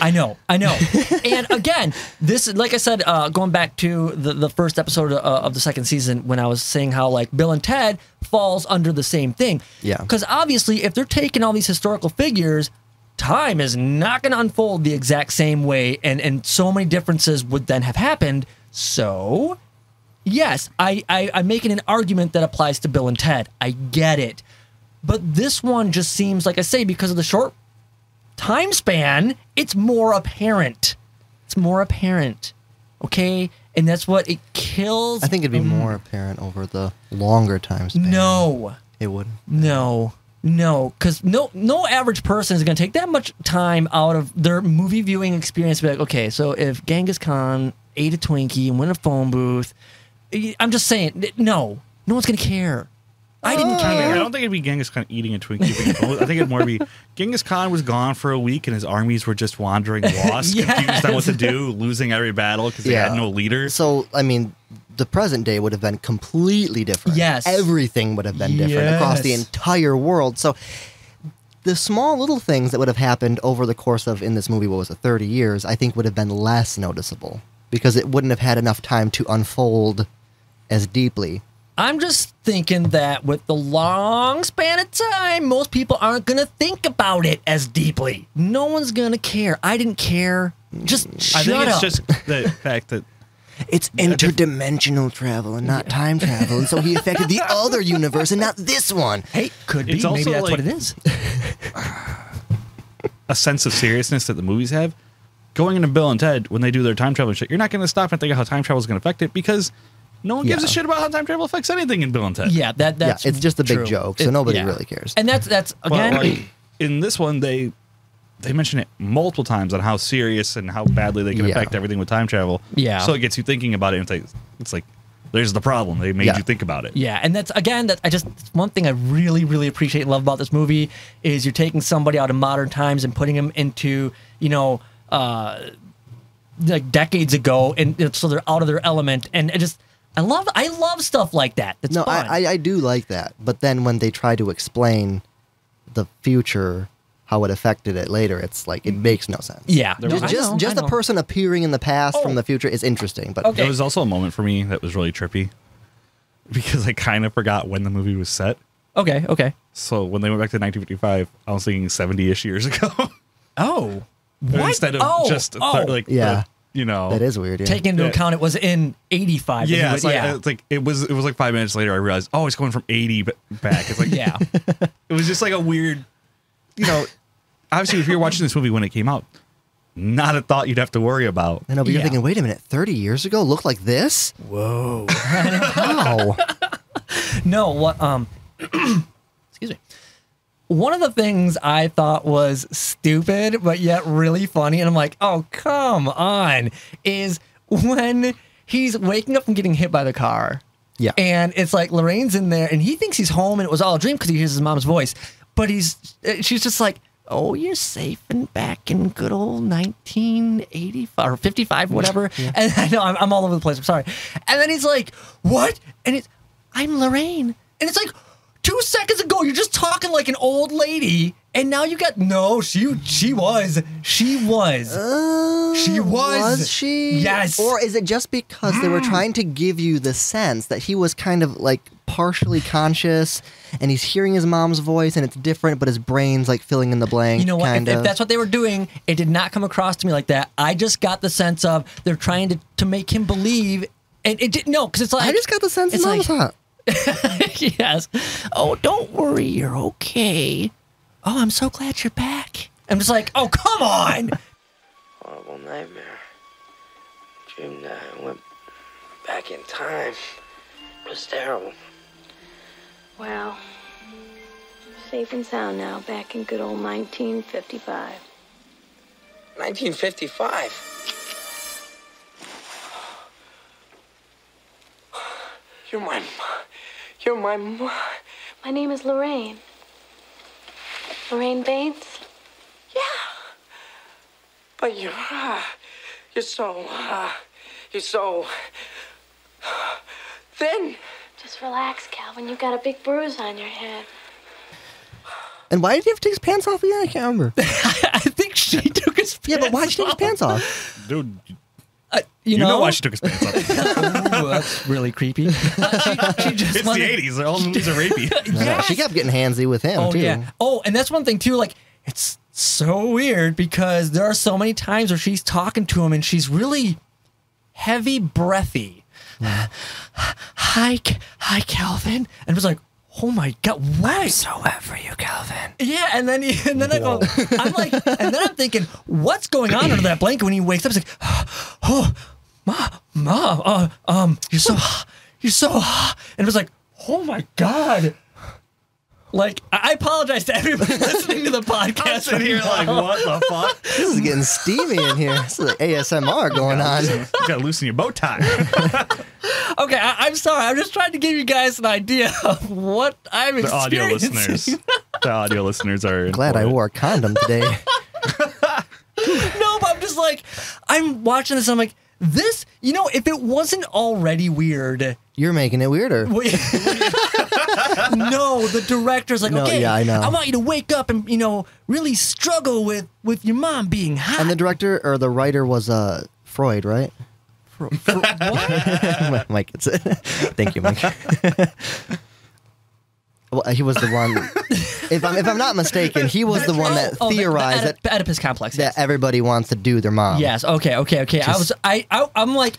A: I know, I know. and again, this, like I said, uh, going back to the, the first episode uh, of the second season when I was saying how like Bill and Ted falls under the same thing.
D: Yeah.
A: Because obviously, if they're taking all these historical figures, time is not going to unfold the exact same way, and and so many differences would then have happened. So yes, I, I I'm making an argument that applies to Bill and Ted. I get it, but this one just seems like I say because of the short time span, it's more apparent. It's more apparent, okay? And that's what it kills.
D: I think it'd be more apparent over the longer time span.
A: um, no,
D: It wouldn't.
A: no, no, because no, no average person is going to take that much time out of their movie viewing experience. To be like, okay, so if Genghis Khan ate a Twinkie and went in a phone booth, y- I'm just saying, n- no, no one's going to care. I didn't
C: I, mean, Oh. I
A: care.
C: don't think it'd be Genghis Khan eating a Twinkie. but you know, I think it'd more be Genghis Khan was gone for a week and his armies were just wandering lost, confused on what to do, losing every battle because they had
D: Yeah.
C: no leader.
D: So, I mean, the present day would have been completely different.
A: Yes.
D: Everything would have been different across the
A: Yes.
D: entire world. So, the small little things that would have happened over the course of, in this movie, what was it, 30 years, I think would have been less noticeable because it wouldn't have had enough time to unfold as deeply.
A: I'm just thinking that with the long span of time, most people aren't going to think about it as deeply. No one's going to care. I didn't care. Just shut
C: I think it's
A: up.
C: just the fact that
D: It's interdimensional travel and not time travel, and so he affected the other universe and not this one.
A: hey, could be.
C: It's also
A: Maybe that's
C: like-
A: what it is.
C: a sense of seriousness that the movies have. Going into Bill and Ted when they do their time travel and shit, you're not going to stop and think of how time travel is going to affect it because no one gives a
A: Yeah.
C: shit about how time travel affects anything in Bill and Ted.
A: Yeah, that that's
D: it's just a big
A: true.
D: joke, so nobody
A: yeah.
D: really cares.
A: And that's that's
C: But
A: again.
C: like, in this one, they they mention it multiple times on how serious and how badly they can
D: Yeah.
C: affect everything with time travel.
A: Yeah.
C: So it gets you thinking about it. And it's like, it's like there's the problem. They made
D: Yeah.
C: you think about it.
A: Yeah, and that's again that I just one thing I really really appreciate and love about this movie is you're taking somebody out of modern times and putting them into you know uh, like decades ago, and so they're out of their element, and it just I love I love stuff like that. It's
D: No,
A: fun.
D: I, uh, I, I do like that. But then when they try to explain the future, how it affected it later, it's like it makes no sense.
A: yeah,
C: There
A: No,
C: was-
A: I
D: Just
A: know,
D: just
A: I
D: the
A: know.
D: person appearing in the past
A: Oh.
D: from the future is interesting, but
A: Okay.
C: There was also a moment for me that was really trippy because I kind of forgot when the movie was set.
A: Okay, okay.
C: So when they went back to 1955, I was thinking 70-ish years ago
A: Oh, what?
C: instead of
A: oh,
C: just
A: oh,
C: thir- like the-
D: Yeah.
C: you know
D: that is weird. Yeah.
A: take into
C: Yeah.
A: account it was in '85. and he
C: Yeah,
A: was-
C: it's like, uh,
A: yeah,
C: it's like it was. It was like five minutes later. I realized, oh, it's going from eighty b- back. It's like
A: yeah.
C: It was just like a weird, you know. Obviously, if you're watching this movie when it came out, not a thought you'd have to worry about.
D: I know, but you're
A: Yeah.
D: thinking, wait a minute, 30 years ago looked like this? Whoa. How?
A: No, what um excuse me. One of the things I thought was stupid but yet really funny and I'm like, "Oh, come on." is when he's waking up from getting hit by the car.
D: Yeah.
A: And it's like Lorraine's in there and he thinks he's home and it was all a dream cuz he hears his mom's voice, but he's uh, she's just like Oh, you're safe and back in good old 1985 or 55, whatever. And I know I'm, I'm all over the place. I'm sorry. And then he's like, "What?" And it's, I'm Lorraine. And it's like two seconds ago, you're just talking like an old lady, and now you got no, she she was. She was. she was.
D: Oh, Was she?
A: Yes. Mm.
D: Or is it just because they were trying to give you the sense that he was kind of like partially conscious and he's hearing his mom's voice and it's different, but his brain's like filling in the blank?
A: you know what? If,
D: Kind
A: if
D: of.
A: that's what they were doing, it did not come across to me like that. I just got the sense of they're trying to, to make him believe, and it didn't. No, because it's like
D: I just got the sense his
A: it's
D: mom
A: like,
D: was hot.
A: yes. Oh, don't worry, you're okay. Oh, I'm so glad you're back. I'm just like, oh, come on.
E: horrible nightmare. Dreamed that I went back in time. It was terrible.
F: Wow. Safe and sound now, back in good old 1955.
E: 1955. You're my mom. You're my mom.
F: My name is Lorraine. Lorraine Bates?
E: But you're, uh, you're so, uh, you're so. Then.
F: Just relax, Calvin. You got a big bruise on your head.
D: And why did he have to take his pants off again? I can't remember.
A: I think she took his.
D: Yeah, but why did
A: pants
D: he take his
A: off.
D: pants off?
C: Dude, you,
A: Uh, you,
C: know?
A: know,
C: why she took his pants off?
A: Ooh, that's really creepy. Uh, she, she just
C: It's
A: wanted-
C: the eighties. All movies are rapey.
A: Yes.
D: She kept getting handsy with him,
A: oh
D: too.
A: yeah. Oh, and that's one thing too. Like it's so weird because there are so many times where she's talking to him and she's really heavy breathy. hi, K- hi, Calvin. And it was like, oh my god, what? so up for you, Calvin. Yeah, and then he- and then I go, I'm like, and then I'm thinking, what's going on under that blanket when he wakes up? It's like, oh, ma, ma, uh, um, you're so, you're so, and it was like, oh my god. Like, I I apologize to everybody listening to the podcast.
C: I'm sitting here like, what the fuck?
D: This is getting steamy in here. This is like ASMR going on.
C: You gotta loosen your bow tie.
A: Okay, I, I'm sorry. I'm just trying to give you guys an idea of what I'm
C: The audio
A: experiencing.
C: listeners. The audio listeners are
D: Glad I
C: important.
D: wore a condom today.
A: no, but I'm just like, I'm watching this. And I'm like, this. You know, if it wasn't already weird,
D: You're making it weirder.
A: we- no, the director's like,
D: No,
A: okay,
D: yeah, I know.
A: want you to wake up and you know really struggle with with your mom being hot.
D: And the director or the writer was uh, Freud, right? Mike, it's thank you, Mike. well, he was the one. If I'm if I'm not mistaken, he was the one that
A: Oh, oh, the- the
D: theorized
A: Oedip- Oedipus complex.
D: that
A: yes.
D: that everybody wants to do their mom.
A: Yes. Okay. Okay. Okay. I
D: Just-
A: was. I, I. I'm like,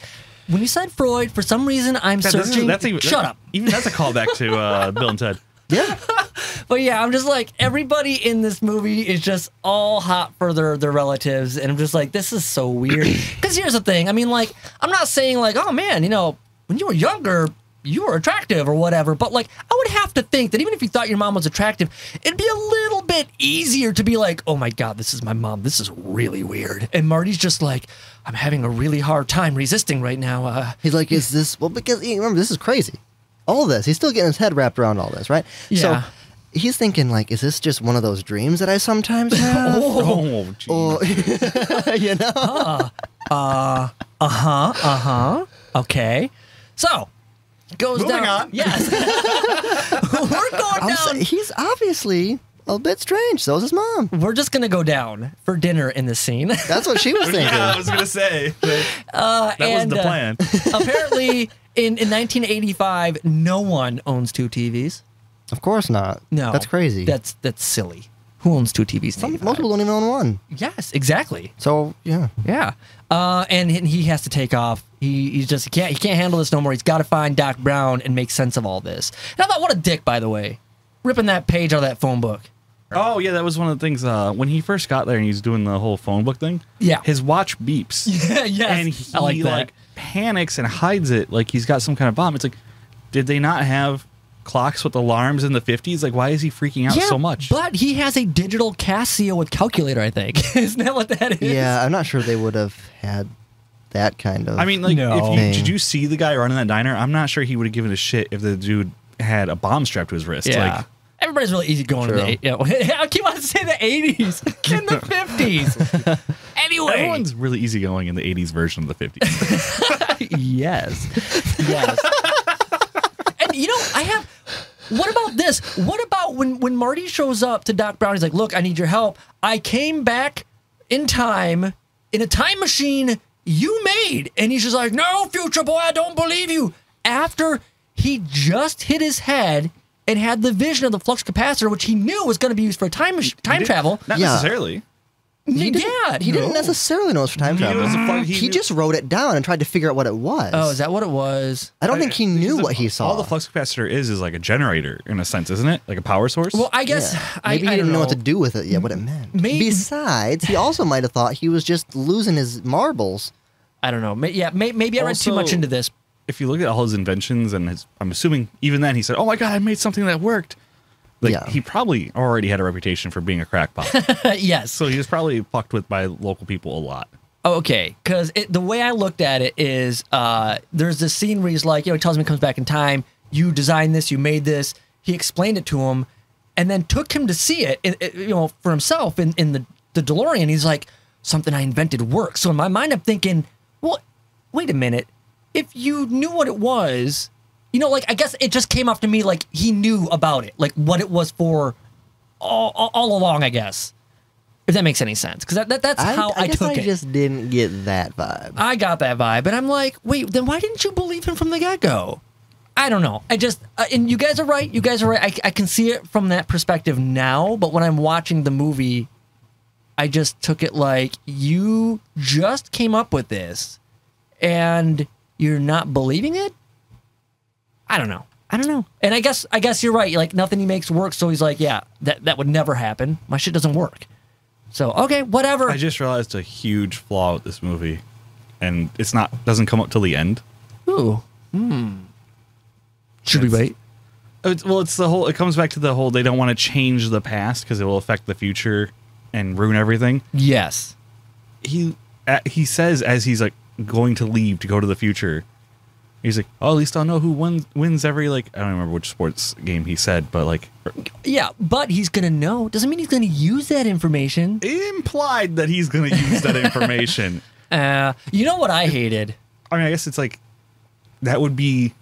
A: when you said Freud, for some reason I'm
C: God, this is-
A: searching.
C: that's even,
A: shut up.
C: Even that's a callback to uh, Bill and Ted.
D: Yeah.
A: But But yeah, I'm just like everybody in this movie is just all hot for their their relatives, and I'm just like, this is so weird. Because here's the thing, I mean, like, I'm not saying like, oh man, you know, when you were younger, you were attractive or whatever. But like, I would have to think that even if you thought your mom was attractive, it'd be a little bit easier to be like, oh my god, this is my mom. This is really weird. And Marty's just like, I'm having a really hard time resisting right now. Uh,
D: He's like, is this well? Because you remember, this is crazy. All this, he's still getting his head wrapped around all this, right?
A: Yeah.
D: So he's thinking, like, is this just one of those dreams that I sometimes have?
C: Oh, geez.
D: Or- you know,
A: Okay. So goes
C: Moving
A: down.
C: on.
A: Yes. We're going
D: I'm
A: down.
D: sa- he's obviously a bit strange. So is his mom.
A: We're just gonna go down for dinner in this scene.
D: That's what she was thinking.
C: yeah, I was gonna say that was
A: and,
C: the
A: uh,
C: plan.
A: Apparently, in, in 1985, no one owns two TVs.
D: Of course not.
A: No,
D: that's crazy.
A: That's that's silly. Who owns two TVs? in
D: Some,
A: 85?
D: most people don't even own one.
A: Yes, exactly.
D: So yeah,
A: Yeah. Uh, and he- he has to take off. He he's just he can't he can't handle this no more. He's got to find Doc Brown and make sense of all this. And I thought, what a dick, by the way, ripping that page out of that phone book.
C: Oh yeah, that was one of the things. Uh, when he first got there and he's doing the whole phone book thing.
A: Yeah.
C: his watch beeps.
A: yes,
C: and he
A: I like
C: like,
A: that.
C: panics and hides it like he's got some kind of bomb. It's like, did they not have clocks with alarms in the fifties? Like, why is he freaking out so much?
A: But he has a digital Casio with calculator. I think isn't that what that is?
D: yeah. I'm not sure they would have had that kind of.
C: I mean, like,
A: No.
C: if you,
D: Thing.
C: did you see the guy running that diner? I'm not sure he would have given a shit if the dude had a bomb strapped to his wrist.
A: Yeah.
C: Like,
A: Everybody's really easy going in the
D: True.
A: eight- yeah, I keep on saying the 80s in the 50s. Anyway,
C: everyone's really easygoing in the '80s version of the '50s.
A: yes, yes. and you know, I have. What about this? What about when when Marty shows up to Doc Brown? He's like, "Look, I need your help. I came back in time in a time machine you made." And he's just like, "No, future boy, I don't believe you." After he just hit his head and had the vision of the flux capacitor, which he knew was going to be used for time mach- time travel.
C: not
D: Yeah.
C: necessarily.
D: he didn't,
A: yeah,
D: he didn't
A: no.
D: necessarily know it was for time
C: knew it
D: travel.
C: was a flux- he
D: he
C: knew-
D: just wrote it down and tried to figure out what it was.
A: Oh, is that what it was?
D: I don't think he knew what he saw.
C: All the flux capacitor is is like a generator in a sense, isn't it? Like a power source.
A: Well, I guess
D: Yeah.
A: I,
D: Maybe
A: I don't
D: he didn't know.
A: know
D: what to do with it yet, what it meant.
A: May-
D: Besides, he also might have thought he was just losing his marbles.
A: I don't know. May, yeah, may, maybe I read too
C: Also-
A: much into this.
C: if you look at all his inventions and his, I'm assuming even then he said, "Oh my god, I made something that worked." Like
D: Yeah.
C: he probably already had a reputation for being a crackpot,
A: yes.
C: so he was probably fucked with by local people a lot.
A: Oh, Okay, because the way I looked at it is uh, there's this scene where he's like, you know, he tells him he comes back in time. You designed this, you made this. He explained it to him, and then took him to see it, i- i- you know, for himself in, in the the DeLorean. He's like, something I invented works. So in my mind, I'm thinking, well, wait a minute. If you knew what it was, you know, like I guess it just came off to me like he knew about it, like what it was for, all all, all along. I guess if that makes any sense, because that, that that's
D: I,
A: how I,
D: I guess
A: took
D: I
A: it.
D: just didn't get that vibe.
A: I got that vibe, and I'm like, wait, then why didn't you believe him from the get go? I don't know. I just, uh, and you guys are right. You guys are right. I, I can see it from that perspective now, but when I'm watching the movie, I just took it like you just came up with this and you're not believing it? I don't know. I don't know. And I guess I guess you're right. Like nothing he makes works, so he's like, yeah, that that would never happen. My shit doesn't work. So, okay, whatever.
C: I just realized a huge flaw with this movie, and it's not doesn't come up till the end.
A: Ooh. Hmm. Should we wait?
C: Oh, It's, well, it's the whole. It comes back to the whole. They don't want to change the past because it will affect the future and ruin everything.
A: Yes.
C: he a- he says as he's like going to leave to go to the future. He's like, oh, at least I'll know who wins wins every like I don't remember which sports game he said, but like
A: Yeah, but he's gonna know. Doesn't mean he's gonna use that information.
C: it implied that he's gonna use that information.
A: Uh, you know what I hated?
C: I mean, I guess it's like that would be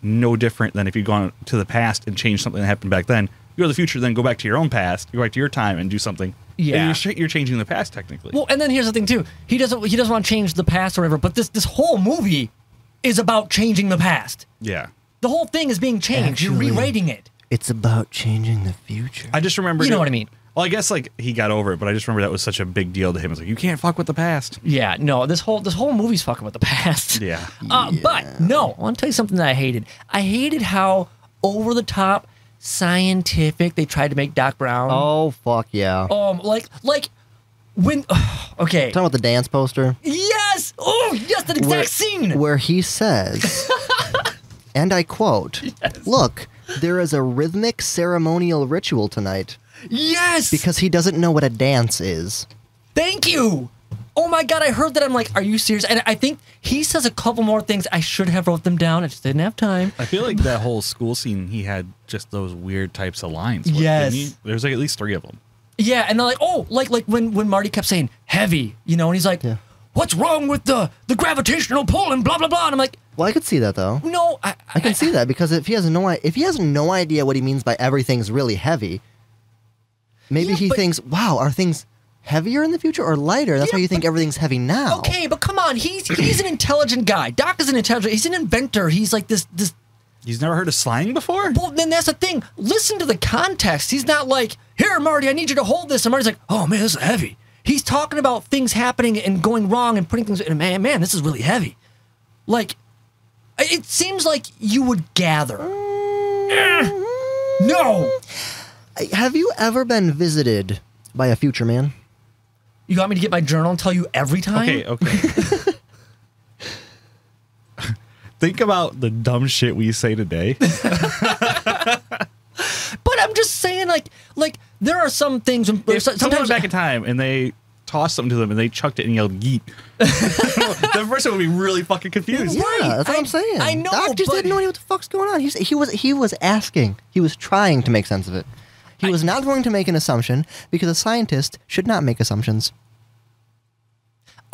C: no different than if you'd gone to the past and changed something that happened back then. You go to the future, then go back to your own past, go back to your time and do something. And
A: Yeah.
C: you're, sh- you're changing the past technically.
A: Well, and then here's the thing too. He doesn't. He doesn't want to change the past or whatever. But this this whole movie is about changing the past.
C: yeah.
A: The whole thing is being changed.
D: Actually-
A: You're rewriting it.
D: It's about changing the future.
C: I just remember.
A: You know what I mean.
C: Well, I guess like he got over it, but I just remember that was such a big deal to him. It's like you can't fuck with the past.
A: Yeah. No. This whole this whole movie's fucking with the past.
C: Yeah.
A: Uh, But no, I want to tell you something that I hated. I hated how over the top scientific they tried to make Doc Brown.
D: Oh fuck yeah!
A: Um, like like when okay.
D: Talking about the dance poster.
A: Yes. Oh, yes, that exact
D: where,
A: scene.
D: where he says, and I quote, "Look, there is a rhythmic ceremonial ritual tonight
A: yes.
D: because he doesn't know what a dance is."
A: Thank you. Oh my god, I heard that. I'm like, are you serious? And I think he says a couple more things. I should have wrote them down. I just didn't have time.
C: I feel like that whole school scene, he had just those weird types of lines. wasn't
A: Yes.
C: he? There was like at least three of them.
A: Yeah, and they're like, oh, like like when when Marty kept saying heavy, you know, and he's like,
D: Yeah.
A: what's wrong with the the gravitational pull and blah blah blah. And I'm like,
D: Well, I could see that though.
A: no, I,
D: I can see that because if he has no i- if he has no idea what he means by everything's really heavy, maybe
A: Yeah,
D: he
A: but-
D: thinks, "Wow, are things heavier in the future or lighter?" That's
A: Yeah,
D: why you think everything's heavy now.
A: Okay, but come on, he's he's an intelligent guy. Doc is an intelligent. He's an inventor. He's like this this.
C: He's never heard of slang before?
A: Well, then that's the thing. Listen to the context. He's not like here, Marty. I need you to hold this. And Marty's like, oh man, this is heavy. He's talking about things happening and going wrong and putting things. And man, man, this is really heavy. Like, I- it seems like you would gather. Eh.
C: Mm-hmm.
A: No,
D: Have you ever been visited by a future man?
A: you got me to get my journal and tell you every time.
C: Okay, okay. Think about the dumb shit we say today.
A: But I'm just saying, like, like there are some things. When,
C: if
A: sometimes
C: sometimes back in time and they tossed something to them and they chucked it and yelled yeet. the person would be really fucking confused.
D: Yeah,
A: Right,
D: that's what
A: I-
D: am saying.
A: I know,
D: Doc just
A: but-
D: didn't know what the fuck's going on. He's, he was he was asking. He was trying to make sense of it. He was not going to make an assumption because a scientist should not make assumptions.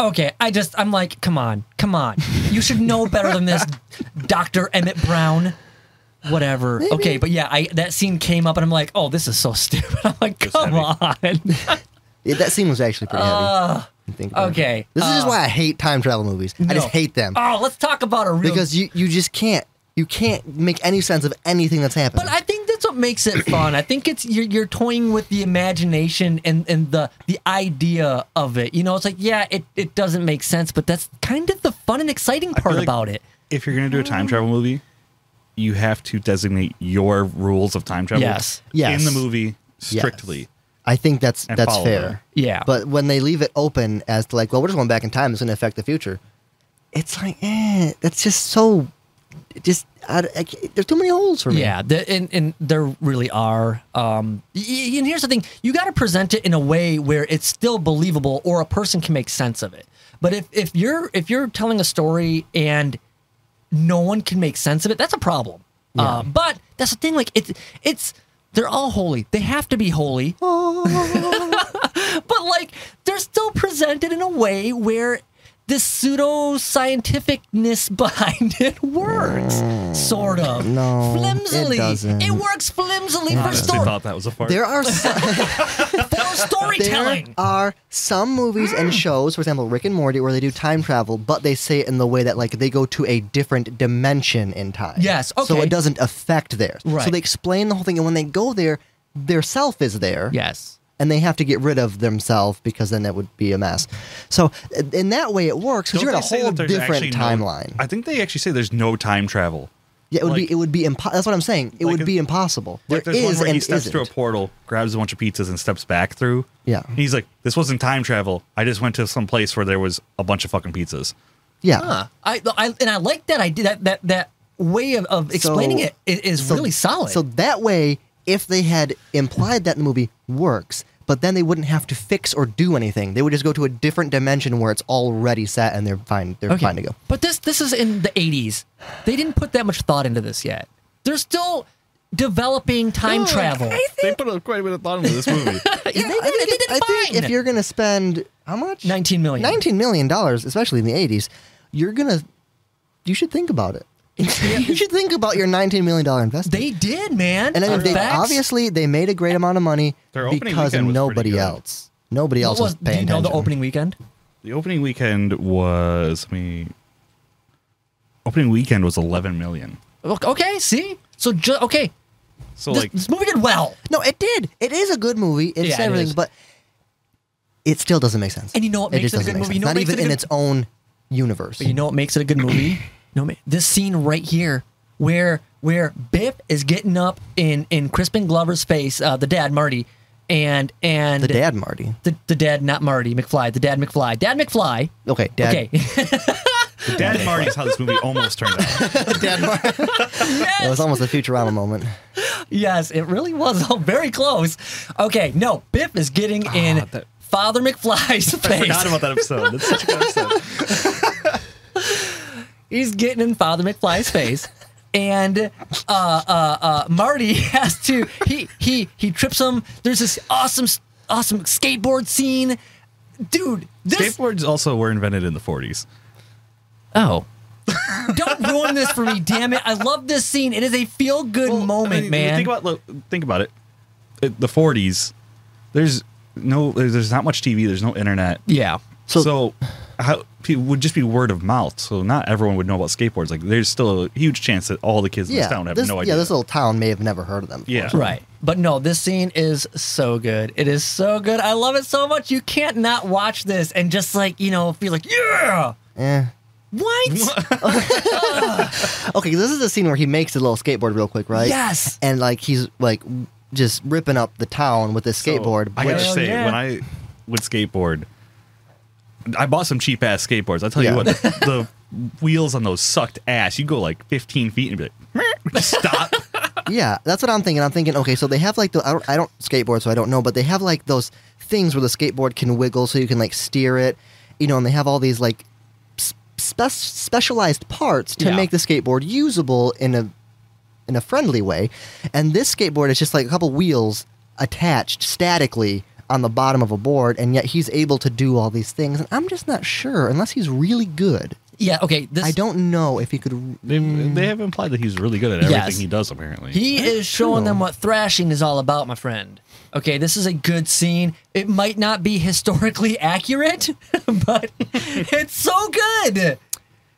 A: Okay, I just I'm like, come on, come on. You should know better than this, Doctor Emmett Brown. Whatever. Okay, but yeah, I that scene came up and I'm like, oh, this is so stupid. I'm like, come on.
D: Yeah, that scene was actually pretty heavy. you think about it.
A: Uh, okay, Uh,
D: This is just why I hate time travel movies. I
A: No.
D: just hate them.
A: Oh, let's talk about a real.
D: because you, you just can't you can't make any sense of anything that's happening.
A: but I think that's what makes it fun. I think it's you're, you're toying with the imagination and, and the the idea of it. You know, it's like yeah, it, it doesn't make sense, but that's kind of the fun and exciting part
C: like-
A: about it.
C: If you're gonna do a time travel movie, you have to designate your rules of time travel
A: Yes.
D: Yes.
C: in the movie
D: Yes.
C: strictly.
D: I think that's
C: And
D: that's
C: follow
D: fair.
C: her.
A: Yeah.
D: But when they leave it open as to like, well, we're just going back in time, it's going to affect the future. It's like, eh, that's just so, it just I, I can't- there's too many holes for me.
A: Yeah, the, and, and there really are. Um, y- y- and here's the thing: you got to present it in a way where it's still believable, or a person can make sense of it. But if if you're if you're telling a story and no one can make sense of it, that's a problem. Uh, but that's the thing: like it's it's they're all holy. They have to be holy.
D: Oh.
A: but like they're still presented in a way where this pseudo scientificness behind it works, sort of.
D: Mm. No, it
A: flimsily.
D: doesn't.
A: works flimsily for
C: Honestly
A: story,
C: thought that was a part.
D: There are some,
A: for
D: there
A: storytelling.
D: are some movies and shows, for example, Rick and Morty, where they do time travel, but they say it in the way that like they go to a different dimension in time.
A: Yes,
D: So
A: okay.
D: it doesn't affect theirs. So
A: Right.
D: they explain the whole thing, and when they go there, their self is there.
A: yes.
D: and they have to get rid of themselves because then that would be a mess. So uh, in that way, it works because
C: Don't
D: you're in a
C: they say that
D: whole
C: there's
D: different
C: actually no-
D: timeline.
C: I think they actually say there's no time travel.
D: yeah, it would
C: like-
D: be it would be impo- that's what I'm saying. It
C: like
D: would
C: a-
D: be impossible.
C: Like
D: there
C: there's
D: is
C: one where
D: and
C: he steps
D: isn't.
C: through a portal, grabs a bunch of pizzas, and steps back through.
D: Yeah.
C: And he's like, "This wasn't time travel. I just went to some place where there was a bunch of fucking pizzas."
D: yeah.
A: Huh. I, I and I like that idea. That that that way of, of explaining
D: So-
A: it i- is
D: so-
A: really solid.
D: So that way, if they had implied that in the movie works, but then they wouldn't have to fix or do anything. They would just go to a different dimension where it's already set and they're fine. They're fine to go.
A: But this this is in the 80s. They didn't put that much thought into this yet. They're still developing time travel.
C: They put a- quite a bit of thought into this movie.
A: Yeah,
D: I think,
A: they did
D: if- I think
A: fine.
D: if you're going to spend how much?
A: 19 million.
D: 19 million dollars, especially in the 80s, you're going to you should think about it. you should think about your 19 million dollar investment.
A: They did, man.
D: and I mean, they,
A: Facts.
D: obviously they made a great amount of money
C: Their opening
D: because
C: weekend was pretty
D: nobody
C: good.
D: else. Nobody
A: What
D: else
A: was,
D: was,
A: do
D: paying
A: you know the
D: attention.
A: opening weekend?
C: the opening weekend was. I mean, opening weekend was 11 million.
A: Ok- Okay, see? So, ju- okay,
C: So
A: this,
C: like,
A: this movie did well.
D: No, it did. It is a good movie. It's
A: Yeah, it
D: everything,
A: is.
D: but it still doesn't make sense.
A: And you know what makes
D: just
A: it a
D: doesn't
A: good
D: make
A: movie?
D: sense.
A: You know what
D: Not
A: makes
D: even
A: it a
D: in
A: good-
D: its own universe.
A: But you know what makes it a good movie? no, ma- this scene right here where where Biff is getting up in in Crispin Glover's face, uh, the dad Marty, and and
D: The dad, Marty.
A: the, the dad, not Marty McFly, the dad McFly, dad McFly.
D: Okay, dad.
A: Okay,
C: The dad Marty's how this movie almost turned out.
D: dad Marty. That was almost a Futurama moment.
A: yes, it really was all very close. Okay, no, Biff is getting in
C: Ah, that-
A: Father McFly's
C: I forgot
A: face.
C: about that episode. That's such a good episode.
A: He's getting in Father McFly's face. And uh, uh, uh, Marty has to he he he trips him. There's this awesome awesome skateboard scene, dude. This
C: Skateboards also were invented in the 40s.
A: oh, don't ruin this for me, damn it! I love this scene. It is a feel good moment,
C: I mean,
A: man.
C: Think about look, think about it. It- The 40s. There's no. There's not much TV. There's no internet.
A: yeah,
C: So, how, it would just be word of mouth. So not everyone would know about skateboards. Like there's still a huge chance that all the kids in
D: Yeah,
C: this town have
D: this,
C: no idea.
D: yeah, this little town may have never heard of them.
C: yeah.
A: Right. But no, this scene is so good. It is so good. I love it so much. You can't not watch this and just like, you know, feel like, yeah.
D: Eh.
A: What?
D: Okay, 'cause this is the scene where he makes the little skateboard real quick, right?
A: Yes.
D: And like he's like w- just ripping up the town with this
C: So,
D: skateboard.
C: I gotta
A: Hell
C: say,
A: yeah.
C: when I would skateboard, I bought some cheap ass skateboards. I tell
D: Yeah.
C: you what, the wheels on those sucked ass. You go like 15 feet and be like, "Meh," stop.
D: yeah, that's what I'm thinking. I'm thinking, okay, so they have like the I don't, I don't skateboard, so I don't know, but they have like those things where the skateboard can wiggle, so you can like steer it, you know, and they have all these like s- spe- specialized parts to
A: Yeah.
D: make the skateboard usable in a in a friendly way. And this skateboard is just like a couple wheels attached statically on the bottom of a board, and yet he's able to do all these things. And I'm just not sure unless he's really good.
A: yeah, okay. This
D: I don't know if he could.
C: They, they have implied that he's really good at everything
A: Yes.
C: he does, apparently.
A: He is showing them what thrashing is all about, my friend. Okay, this is a good scene. It might not be historically accurate, but it's so good.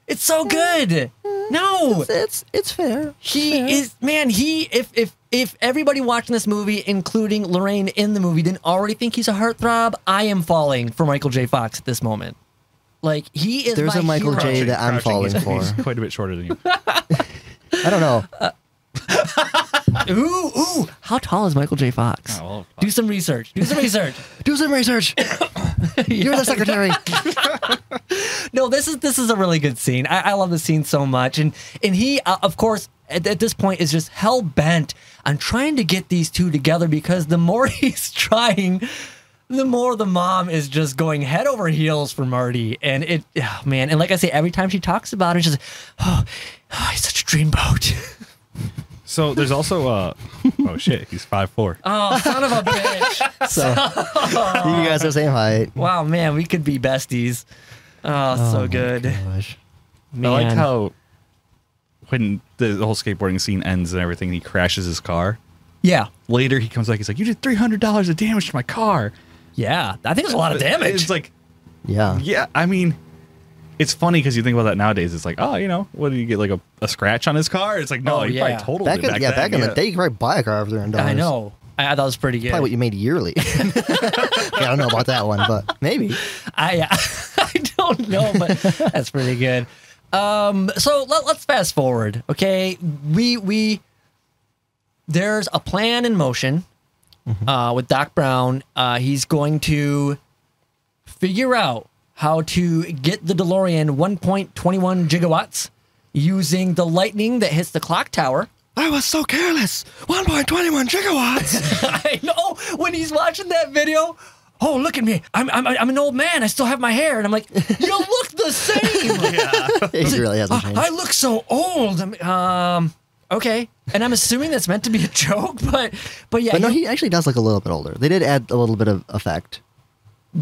A: It's so good. No.
D: It's it's fair.
A: He is man. He if if if everybody watching this movie, including Lorraine in the movie, didn't already think he's a heartthrob, I am falling for Michael J. Fox at this moment. Like he is.
D: There's
A: my
D: a Michael J.
A: hero.
D: that I'm
C: Crouching, he's-
D: falling
C: he's
D: for.
C: quite a bit shorter than you.
D: I don't know.
A: Ooh ooh. How tall is Michael J. Fox?
C: Oh, well, fuck.
A: Do some research. Do some research.
D: Do some research. You're the secretary.
A: no, this is this is a really good scene. I, I love this scene so much, and and he, uh, of course, at, at this point is just hell bent on trying to get these two together because the more he's trying, the more the mom is just going head over heels for Marty, and it, oh, man, and like I say, every time she talks about it, she's like, oh, oh he's such a dreamboat.
C: So there's also, uh, oh shit, he's 5'4.
A: Oh, son of a bitch!
D: So you guys are the same height.
A: Wow, man, we could be besties. Oh, so good.
D: Gosh.
C: I liked
A: Man.
C: how when the whole skateboarding scene ends and everything, he crashes his car.
A: Yeah,
C: Later, he comes back. He's like, "You did three hundred dollars of damage to my car."
A: yeah. I think there's a lot of damage.
C: It's like,
D: Yeah.
C: yeah. I mean, it's funny because you think about that nowadays. It's like, oh, you know, what do you get like a, a scratch on his car? It's like, no,
A: Oh,
C: he
A: yeah.
C: probably totaled
D: Back
C: it
D: in,
C: back
D: yeah,
C: then,
D: back in
C: yeah.
D: the day, you could probably buy a car for three hundred dollars.
A: I know. I, I thought it was pretty good.
D: Probably what you made yearly. yeah, I don't know about that one, but maybe.
A: I I don't know, but that's pretty good. Um, so let, let's fast forward. Okay, we we there's a plan in motion uh, with Doc Brown. Uh, he's going to figure out how to get the DeLorean 1.21 gigawatts using the lightning that hits the clock tower.
D: I was so careless. One point twenty-one gigawatts.
A: I know when he's watching that video. Oh, look at me! I'm, I'm I'm an old man. I still have my hair, and I'm like, you look the same.
D: he really hasn't
A: I-
D: changed.
A: Ah, I look so old. I'm, um, okay, and I'm assuming that's meant to be a joke, but but yeah,
D: but no,
A: you-
D: he actually does look a little bit older. They did add a little bit of effect.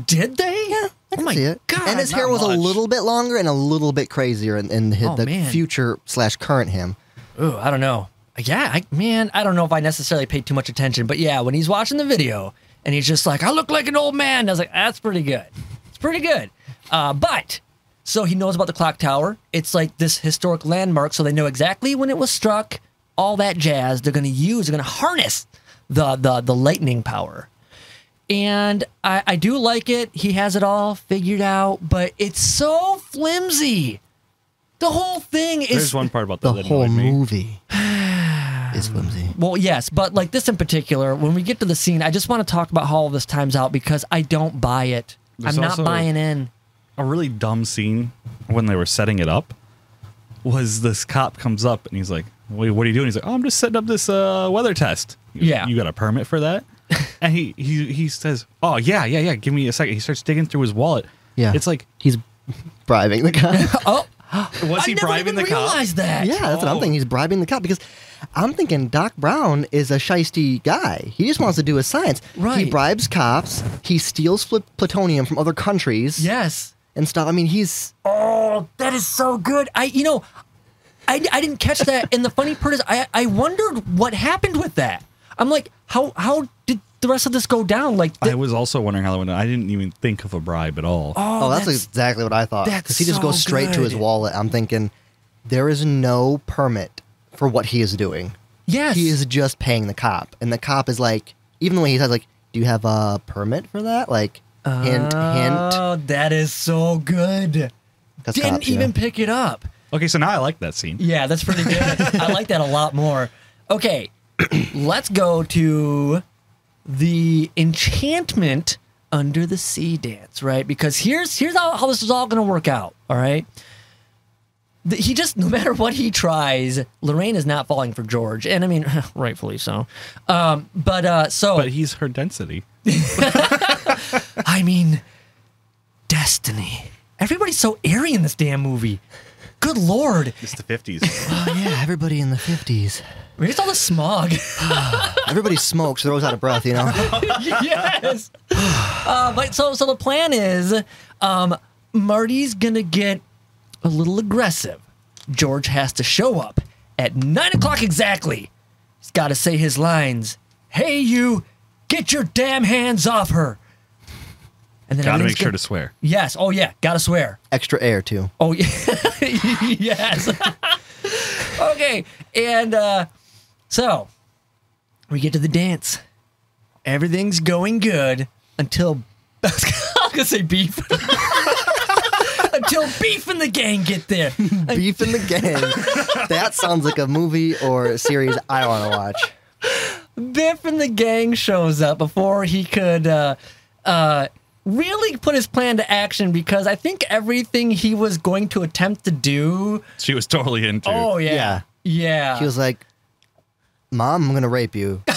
A: did they? Yeah, oh my
D: See it?
A: god!
D: and his hair
A: not
D: was a
A: much.
D: little bit longer and a little bit crazier in, in the,
A: Oh,
D: the
A: man.
D: future slash current him.
A: Ooh, I don't know. Yeah, I, man, I don't know if I necessarily paid too much attention, but yeah, when he's watching the video and he's just like, "I look like an old man," I was like, "That's pretty good. It's pretty good." Uh, but so he knows about the clock tower. It's like this historic landmark, so they know exactly when it was struck. All that jazz. They're going to use. They're going to harness the the the lightning power and I, I do like it. He has it all figured out, but it's so flimsy. The whole thing is
C: There's one part about that
D: The
C: that
D: whole
C: annoyed me.
D: movie is flimsy.
A: Well, yes, but like this in particular, when we get to the scene, I just want to talk about how all this times out because I don't buy it.
C: There's
A: I'm not
C: also-
A: buying in.
C: a really dumb scene when they were setting it up was this cop comes up and he's like, Wait, what are you doing? He's like, Oh, I'm just setting up this uh, weather test. He goes,
A: Yeah.
C: You got a permit for that? and he, he he says, Oh yeah, yeah, yeah, give me a second. He starts digging through his wallet.
D: Yeah.
C: It's like
D: He's bribing the cop.
A: Oh,
C: was
A: I
C: he
A: never even
C: bribing the cop?
A: realized that.
D: Yeah, that's what I'm
C: Oh.
D: thinking. He's bribing the cop because I'm thinking Doc Brown is a shisty guy. He just wants to do his science. He
A: Right.
D: bribes cops. He steals fl- plutonium from other countries.
A: Yes.
D: And stuff. I mean, he's
A: Oh, that is so good. I, you know, I, I didn't catch that. And the funny part is, I, I wondered what happened with that. I'm like, how how did the rest of this go down? Like,
C: I was also wondering how that went down. I didn't even think of a bribe at all.
D: oh, that's, exactly what I thought.
A: that's
D: he just
A: so
D: goes straight to his
A: good.
D: wallet. I'm thinking there is no permit for what he is doing.
A: yes.
D: He is just paying the cop, and the cop is like, even the way he says, like, "Do you have a permit for that?" Like, hint, hint.
A: Oh, that is so good.
D: 'Cause
A: Didn't
D: cops, you know.
A: even pick it up.
C: okay, so now I like that scene.
A: Yeah, that's pretty good. I like that a lot more. Okay, let's go to the enchantment under the sea dance, right? Because here's here's how, how this is all going to work out. All right. The- He just, no matter what he tries, Lorraine is not falling for George, and I mean, rightfully so. Um, but uh, so
C: But he's her density.
A: I mean, destiny. Everybody's so airy in this damn movie. Good lord!
C: It's the fifties.
D: Oh, yeah, everybody in the fifties.
A: Maybe it's all the smog.
D: Everybody smokes, throws out of breath, you know?
A: yes. Uh, but so so the plan is, um, Marty's gonna get a little aggressive. George has to show up at nine o'clock exactly. He's got to say his lines. Hey, you, get your damn hands off her. And then
C: Gotta
A: everything's
C: make sure
A: good.
C: to swear.
A: Yes. Oh yeah. Gotta swear.
D: Extra air, too.
A: Oh yeah. yes. okay, and uh, so we get to the dance. Everything's going good until I was gonna say beef. until beef and the gang get there.
D: Beef in the Gang. that sounds like a movie or a series I want to watch.
A: Biff and the gang shows up before he could uh, uh, really put his plan to action because I think everything he was going to attempt to do.
C: She was totally into
A: Oh
D: Yeah.
A: yeah, yeah.
D: He was like, Mom, I'm going to rape you.
A: no.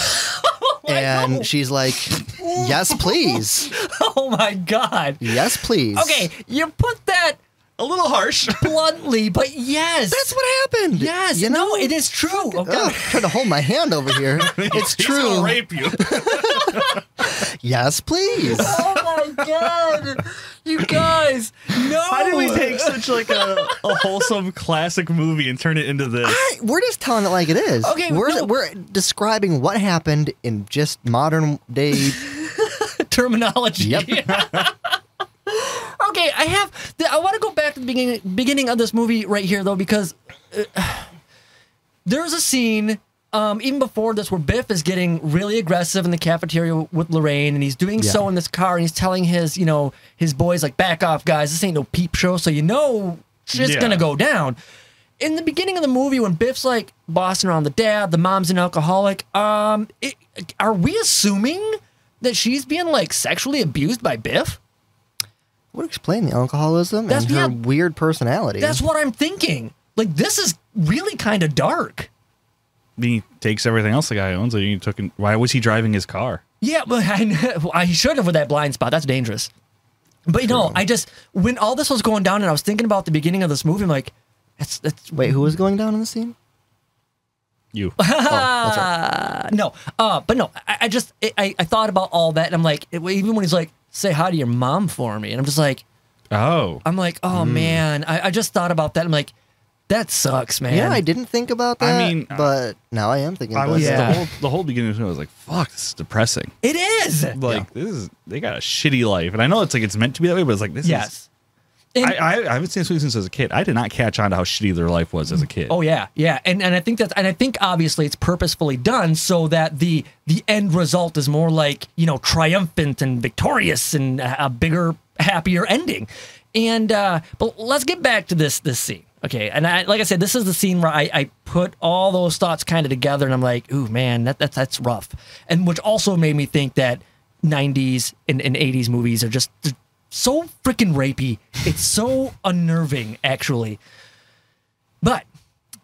D: and she's like, Yes, please.
A: oh my god.
D: Yes, please.
A: Okay, you put that
C: a little harsh.
A: bluntly, but yes.
D: That's what happened.
A: Yes,
D: You know?
A: no, it is true. Oh,
D: Ugh,
A: God.
D: trying to hold my hand over here. It's
C: He's gonna
D: true.
C: rape you.
D: Yes, please.
A: Oh my god. You guys, no.
C: Why did we take such like a, a wholesome classic movie and turn it into this?
D: I- we're just telling it like it is.
A: Okay,
D: we're
A: no.
D: we're describing what happened in just modern day.
A: terminology?
D: Yep.
A: okay, I have the, I want to go back to the beginning beginning of this movie right here though because uh, there's a scene um, even before this, where Biff is getting really aggressive in the cafeteria with Lorraine, and he's doing
D: Yeah.
A: so in this car, and he's telling his, you know, his boys like, "Back off, guys! This ain't no peep show." So you know, shit's
C: Yeah.
A: gonna go down. In the beginning of the movie, when Biff's like bossing around the dad, the mom's an alcoholic. Um, it, are we assuming that she's being like sexually abused by Biff?
D: would explain the alcoholism
A: That's-
D: and her
A: yeah.
D: weird personality.
A: That's what I'm thinking. Like this is really kind of dark.
C: He takes everything else the guy owns. And he took. in- Why was he driving his car?
A: Yeah, but I, know- I should have with that blind spot. That's dangerous. But you know, I just when all this was going down, and I was thinking about the beginning of this movie. I'm like, that's that's
D: Wait, who was going down in the scene?
C: You.
D: Oh, that's right.
A: uh, no, uh, but no, I, I just it, I I thought about all that, and I'm like, it, even when he's like, say hi to your mom for me, and I'm just like,
C: Oh.
A: I'm like, oh
D: Mm.
A: man, I, I just thought about that. I'm like, that sucks, man.
D: Yeah, I didn't think about
C: I
D: that.
C: mean, uh,
D: but now I am thinking.
C: I
D: about
C: was
D: it.
A: Yeah.
C: the whole the whole beginning of the movie. I was like, "Fuck, this is depressing."
A: It is.
C: Like this is they got a shitty life, and I know it's like it's meant to be that way, but it's like this is.
A: Yes. And-
C: I, I, I haven't seen this movie since I was a kid. I did not catch on to how shitty their life was as a kid.
A: Oh yeah, yeah, and and I think that's and I think obviously it's purposefully done so that the the end result is more like you know triumphant and victorious and a a bigger, happier ending. And uh, but let's get back to this this scene. Okay, and I, like I said, this is the scene where I, I put all those thoughts kind of together, and I'm like, "Ooh, man, that, that's that's rough," and which also made me think that '90s and, and '80s movies are just they're so freaking rapey. It's so unnerving, actually. But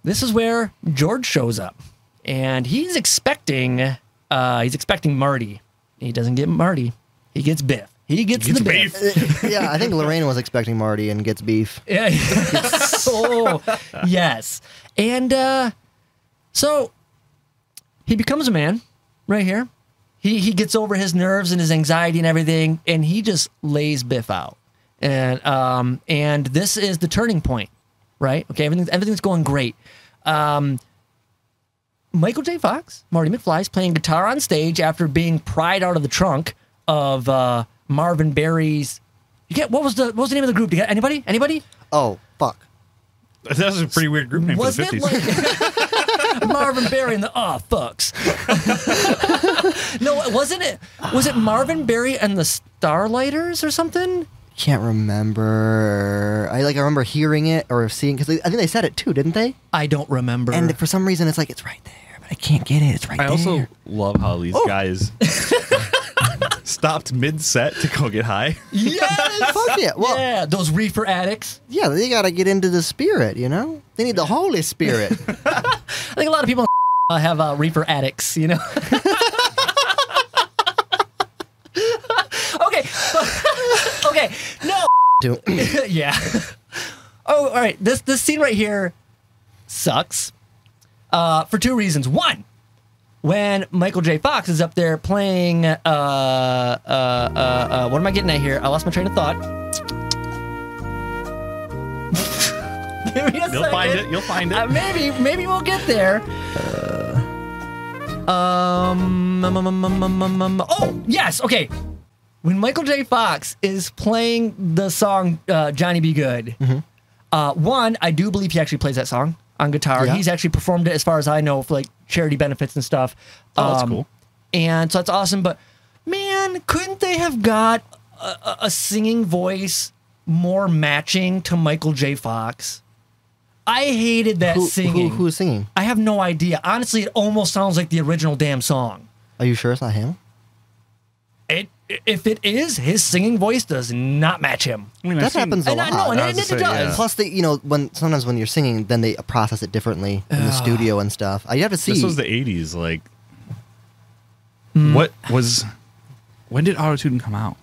A: this is where George shows up, and he's expecting uh, he's expecting Marty. He doesn't get Marty. He gets Biff. He gets, the Biff.
D: yeah, I think Lorraine was expecting Marty and gets beef.
A: Yeah. oh, yes. And uh, so he becomes a man right here. He he gets over his nerves and his anxiety and everything, and he just lays Biff out. And um and this is the turning point, right? Okay, everything's everything's going great. Um, Michael J. Fox, Marty McFly is playing guitar on stage after being pried out of the trunk of uh, Marvin Berry's. You get what was the what was the name of the group? You got anybody? Anybody?
D: Oh, fuck.
C: That was a pretty weird group name
A: was
C: for the
A: it
C: 50s.
A: like Marvin Berry and the Ah Fucks? no, wasn't it? Was it Marvin Berry and the Starlighters or something?
D: Can't remember. I like I remember hearing it or seeing because I think they said it too, didn't they?
A: I don't remember.
D: And for some reason, it's like it's right there, but I can't get it. It's right
C: I
D: there.
C: also love how these
A: Oh.
C: guys stopped mid set to go get high.
A: yes,
D: fuck it. Well, yeah.
A: yeah, those reefer addicts.
D: they gotta get into the spirit, you know. They need the Holy Spirit.
A: I think a lot of people uh, have uh, reefer addicts. You know. okay. okay. No.
D: Do-
A: yeah. Oh, all right. This this scene right here sucks uh, for two reasons. One, when Michael J. Fox is up there playing, uh, uh, uh, uh, what am I getting at here? I lost my train of thought. Give me a
C: You'll
A: second.
C: find it. You'll find it.
A: Uh, maybe, maybe we'll get there. Uh, Um, um, um, um, um, um, um, um, oh, yes, okay. When Michael J. Fox is playing the song uh, Johnny Be Good,
C: Mm-hmm.
A: uh, one, I do believe he actually plays that song on guitar.
D: Yeah.
A: He's actually performed it, as far as I know, for like charity benefits and stuff. Um,
C: Oh, that's cool.
A: And so that's awesome. But man, couldn't they have got a, a- a singing voice more matching to Michael J. Fox? I hated that
D: who, who,
A: singing.
D: who's singing?
A: I have no idea. Honestly, it almost sounds like the original damn song.
D: Are you sure it's not him?
A: It, if it is, his singing voice does not match him.
C: I mean, I've
D: That
C: seen-
D: happens a
A: And I
D: lot.
A: know, and
C: I
A: it, it
C: was gonna say,
A: does.
C: yeah.
D: Plus, they you know when sometimes when you're singing, then they process it differently in the studio and stuff. I have to see.
C: This was the 80s. Like, what was. When did Autotune come out?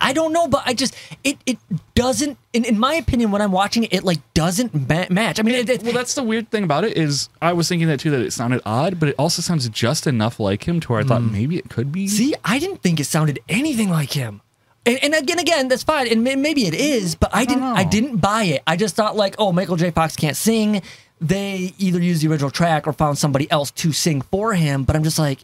A: I don't know, but I just it it doesn't. In, in my opinion, when I'm watching it, it like doesn't ma- match. I mean, it, it,
C: Well, that's the weird thing about it is I was thinking that too that it sounded odd, but it also sounds just enough like him to where I thought maybe it could be.
A: See, I didn't think it sounded anything like him. And, and again, again, that's fine. And may- maybe it is, but I didn't.
C: know.
A: I didn't buy it. I just thought like, oh, Michael J. Fox can't sing. They either used the original track or found somebody else to sing for him. But I'm just like,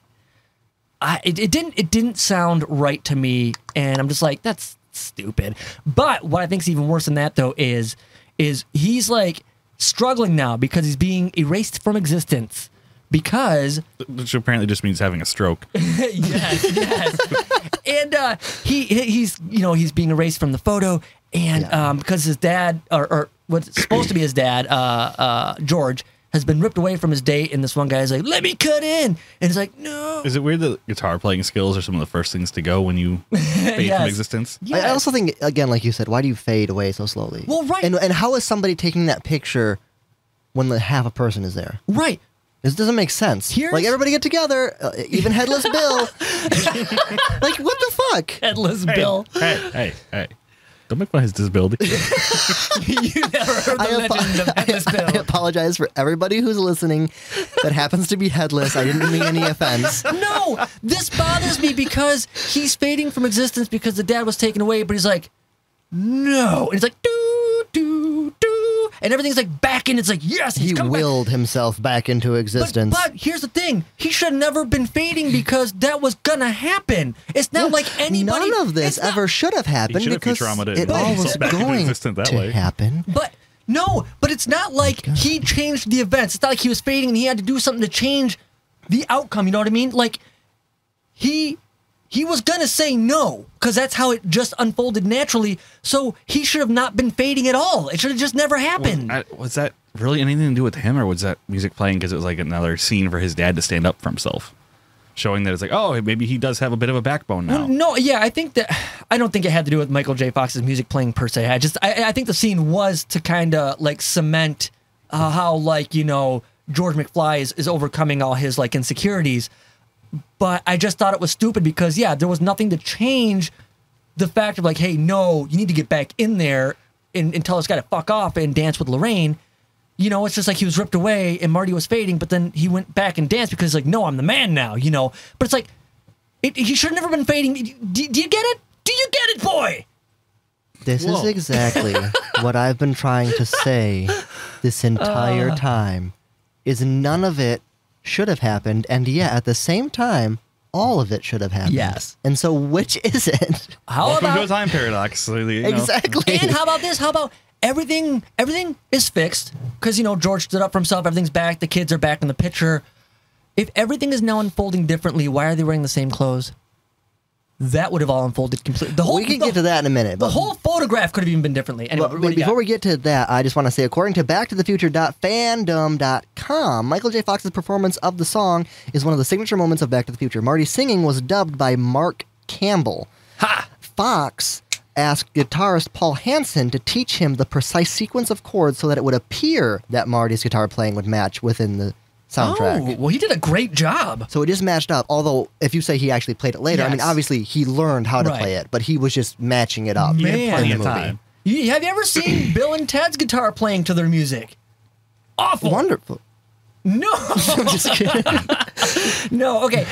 A: I it, it didn't it didn't sound right to me. And I'm just like, that's stupid. But what I think is even worse than that though is is he's like struggling now because he's being erased from existence because
C: Which apparently just means having a stroke.
A: yes, yes. and uh, he he- he's you know he's being erased from the photo, and
D: Yeah.
A: um, because his dad or, or what's supposed to be his dad, uh, uh, George, has been ripped away from his date, and this one guy's like, "Let me cut in," and he's like, "No."
C: Is it weird that guitar playing skills are some of the first things to go when you fade from
A: Yes.
C: existence?
D: I- I
A: Yes.
D: also think again, like you said, why do you fade away so slowly?
A: Well, right.
D: And and how is somebody taking that picture when the half a person is there?
A: right.
D: This doesn't make sense.
A: Here's-
D: like everybody get together, uh, even headless Bill. like what the fuck?
A: Headless Bill.
C: Hey, hey, hey. Don't make fun of his disability.
A: you never heard the
D: I apo-
A: legend of Headless
D: I
A: Bill.
D: apologize for everybody who's listening that happens to be headless. I didn't mean any offense.
A: No, this bothers me because he's fading from existence because the dad was taken away, but he's like, no. And he's like, do, do, do. And everything's like back in. It's like, yes, he's
D: He
A: come back.
D: willed himself back into
A: But,
D: existence.
A: but here's the thing: he should have never been fading because that was gonna happen. It's not like anybody.
D: None of this
A: it's not-
D: ever should have happened
C: should have
D: because
C: Futurama it
D: it
C: and
D: all
C: himself
D: was
C: back into
D: going
C: existence that
D: to
C: way.
D: happen.
A: but no, but it's not like he changed the events. It's not like he was fading and he had to do something to change the outcome. You know what I mean? Like he He was gonna say no, because that's how it just unfolded naturally. So he should have not been fading at all. It should have just never happened.
C: I, was that really anything to do with him, or was that music playing because it was like another scene for his dad to stand up for himself, showing that it's like, oh, maybe he does have a bit of a backbone now.
A: No, yeah, I think that I don't think it had to do with Michael J. Fox's music playing per se. I just I, I think the scene was to kind of like cement uh, how like you know George McFly is, is overcoming all his like insecurities. But I just thought it was stupid because yeah, there was nothing to change the fact of like, hey, no, you need to get back in there and, and tell this guy to fuck off and dance with Lorraine. You know, it's just like he was ripped away and Marty was fading, but then he went back and danced because like, no, I'm the man now. You know, but it's like it, he should have never been fading. Do, do you get it? Do you get it, boy?
D: This is exactly what I've been trying to say this
A: Uh.
D: entire time. Is none of it should have happened, and yet at the same time, all of it should have happened.
A: Yes.
D: And so, which is it?
A: How
C: Welcome to a
A: about
C: time paradox. so you know.
D: Exactly.
A: and how about this? How about everything? Everything is fixed because you know George stood up for himself. Everything's back. The kids are back in the picture. If everything is now unfolding differently, why are they wearing the same clothes? That would have all unfolded completely. The whole
D: we can
A: the,
D: get to that in a minute.
A: The
D: but-
A: whole photograph could have even been differently. Anyway,
D: But
A: what do you
D: before
A: got?
D: we get to that, I just want to say, according to backtothefuture.fandom.com, Michael J. Fox's performance of the song is one of the signature moments of Back to the Future. Marty's singing was dubbed by Mark Campbell. Ha! Fox asked guitarist Paul Hansen to teach him the precise sequence of chords so that it would appear that Marty's guitar playing would match within the soundtrack.
A: Oh, well, he did a great job.
D: So it is matched up. Although, if you say he actually played it later, I mean,
A: Yes.
D: obviously he learned how to
A: Right.
D: play it, but he was just matching it up.
A: Man.
D: in
A: Plenty
D: the
A: of
D: movie.
C: time.
A: You, have you ever seen Bill and Ted's guitar playing to their music? Awful.
D: Wonderful.
A: No.
D: I'm just kidding.
A: No, okay.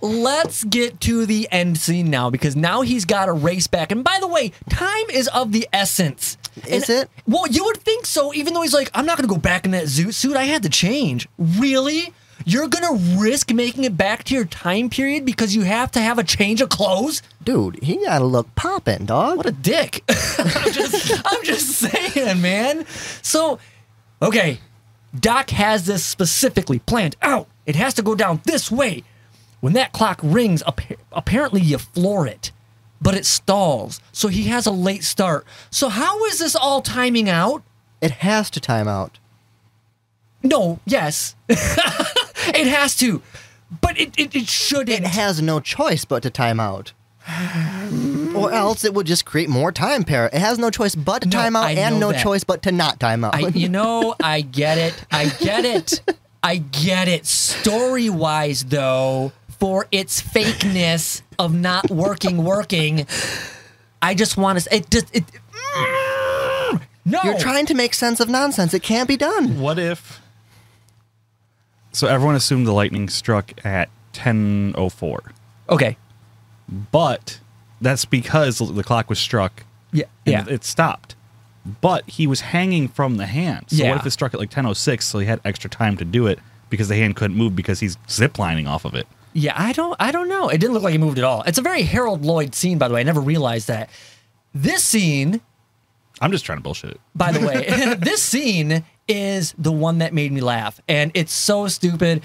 A: Let's get to the end scene now because now he's got to race back. And by the way, time is of the essence.
D: Is
A: And-
D: it?
A: Well, you would think so, even though he's like, I'm not going to go back in that zoot suit. I had to change. Really? You're going to risk making it back to your time period because you have to have a change of clothes?
D: Dude, he gotta look poppin', dog.
A: What a dick. I'm, just, I'm just saying, man. So, okay, Doc has this specifically planned out. It has to go down this way. When that clock rings, appa- apparently you floor it, but it stalls. So he has a late start. So, how is this all timing out?
D: it has to time out.
A: No, yes. it has to, but it, it, it shouldn't.
D: It has no choice but to time out. Or else it would just create more time pair. It has no choice but to
A: No,
D: time out
A: I
D: and
A: know
D: no
A: that.
D: choice but to not time out.
A: I, you know, I get it. I get it. I get it. Story wise, though, for its fakeness of not working, working, I just want to. It just. It, Mm, no.
D: You're trying to make sense of nonsense. It can't be done.
C: What if? So everyone assumed the lightning struck at ten oh four,
A: Okay.
C: but that's because the clock was struck.
A: Yeah.
C: and
A: Yeah.
C: it stopped. But he was hanging from the hand. So
A: Yeah.
C: what if it struck at like ten oh six? So he had extra time to do it because the hand couldn't move because he's ziplining off of it.
A: Yeah, I don't I don't know. It didn't look like he moved at all. It's a very Harold Lloyd scene, by the way. I never realized that. This scene
C: I'm just trying to bullshit it.
A: by the way. this scene is the one that made me laugh, and it's so stupid.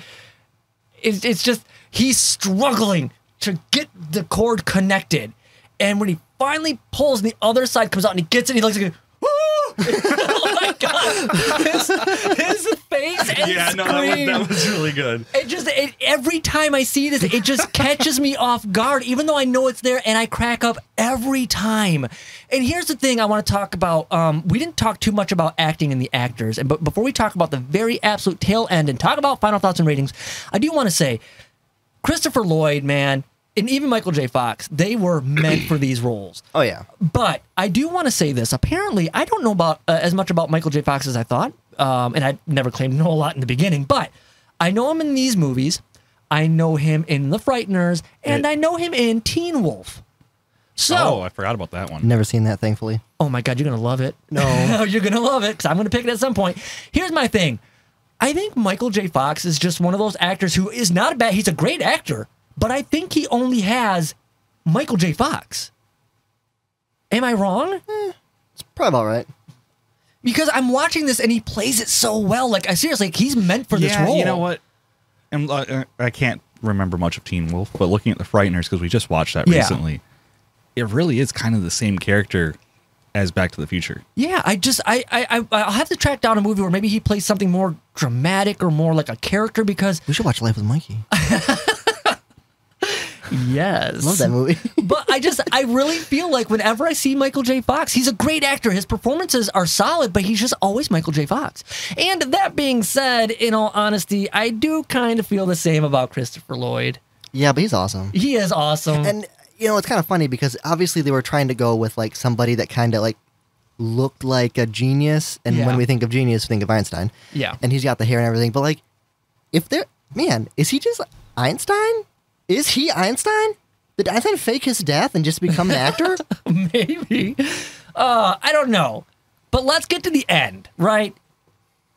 A: It's, it's just he's struggling to get the cord connected, and when he finally pulls, and the other side comes out, and he gets it, and he looks like. "Woo!" oh my god! His, his face and scream.
C: was really good.
A: It just it, every time I see this, it just catches me off guard, even though I know it's there, and I crack up every time. And here's the thing I want to talk about. Um, we didn't talk too much about acting and the actors, and but before we talk about the very absolute tail end and talk about final thoughts and ratings, I do want to say Christopher Lloyd, man, and even Michael J. Fox, they were meant for these roles.
D: Oh, yeah.
A: But I do want to say this. Apparently, I don't know about uh, as much about Michael J. Fox as I thought, um, and I never claimed to know a lot in the beginning. But I know him in these movies. I know him in The Frighteners, and
C: It-
A: I know him in Teen Wolf. So,
C: Oh,
A: oh,
C: I forgot about that one.
D: Never seen that, thankfully.
A: my God, you're gonna love it.
D: No.
A: you're gonna love it because I'm gonna pick it at some point. Here's my thing. I think Michael J. Fox is just one of those actors who is not a bad. He's a great actor, but I think he only has Michael J. Fox. Am I wrong?
D: It's probably all right.
A: because I'm watching this and he plays it so well. Like I seriously, like, he's meant for this role.
C: You know what? I'm, uh, I can't remember much of Teen Wolf, but looking at the Frighteners because we just watched that
A: Yeah.
C: recently, it really is kind of the same character as Back to the Future.
A: Yeah, I just I I I- I'll have to track down a movie where maybe he plays something more dramatic or more like a character because
D: We should watch Life with Mikey. I
A: yes,
D: love that movie.
A: but I just I really feel like whenever I see Michael J. Fox, he's a great actor. His performances are solid, but he's just always Michael J. Fox. And that being said, in all honesty, I do kind of feel the same about Christopher Lloyd.
D: yeah, but he's awesome.
A: He is awesome.
D: And you know, it's kind of funny because obviously they were trying to go with like somebody that kind of like looked like a genius, and
A: Yeah.
D: when we think of genius, we think of Einstein.
A: Yeah.
D: and he's got the hair and everything. But like, if they're man, is he just Einstein? Is he Einstein? Did Einstein fake his death and just become an actor?
A: maybe. Uh, I don't know. But let's get to the end, right?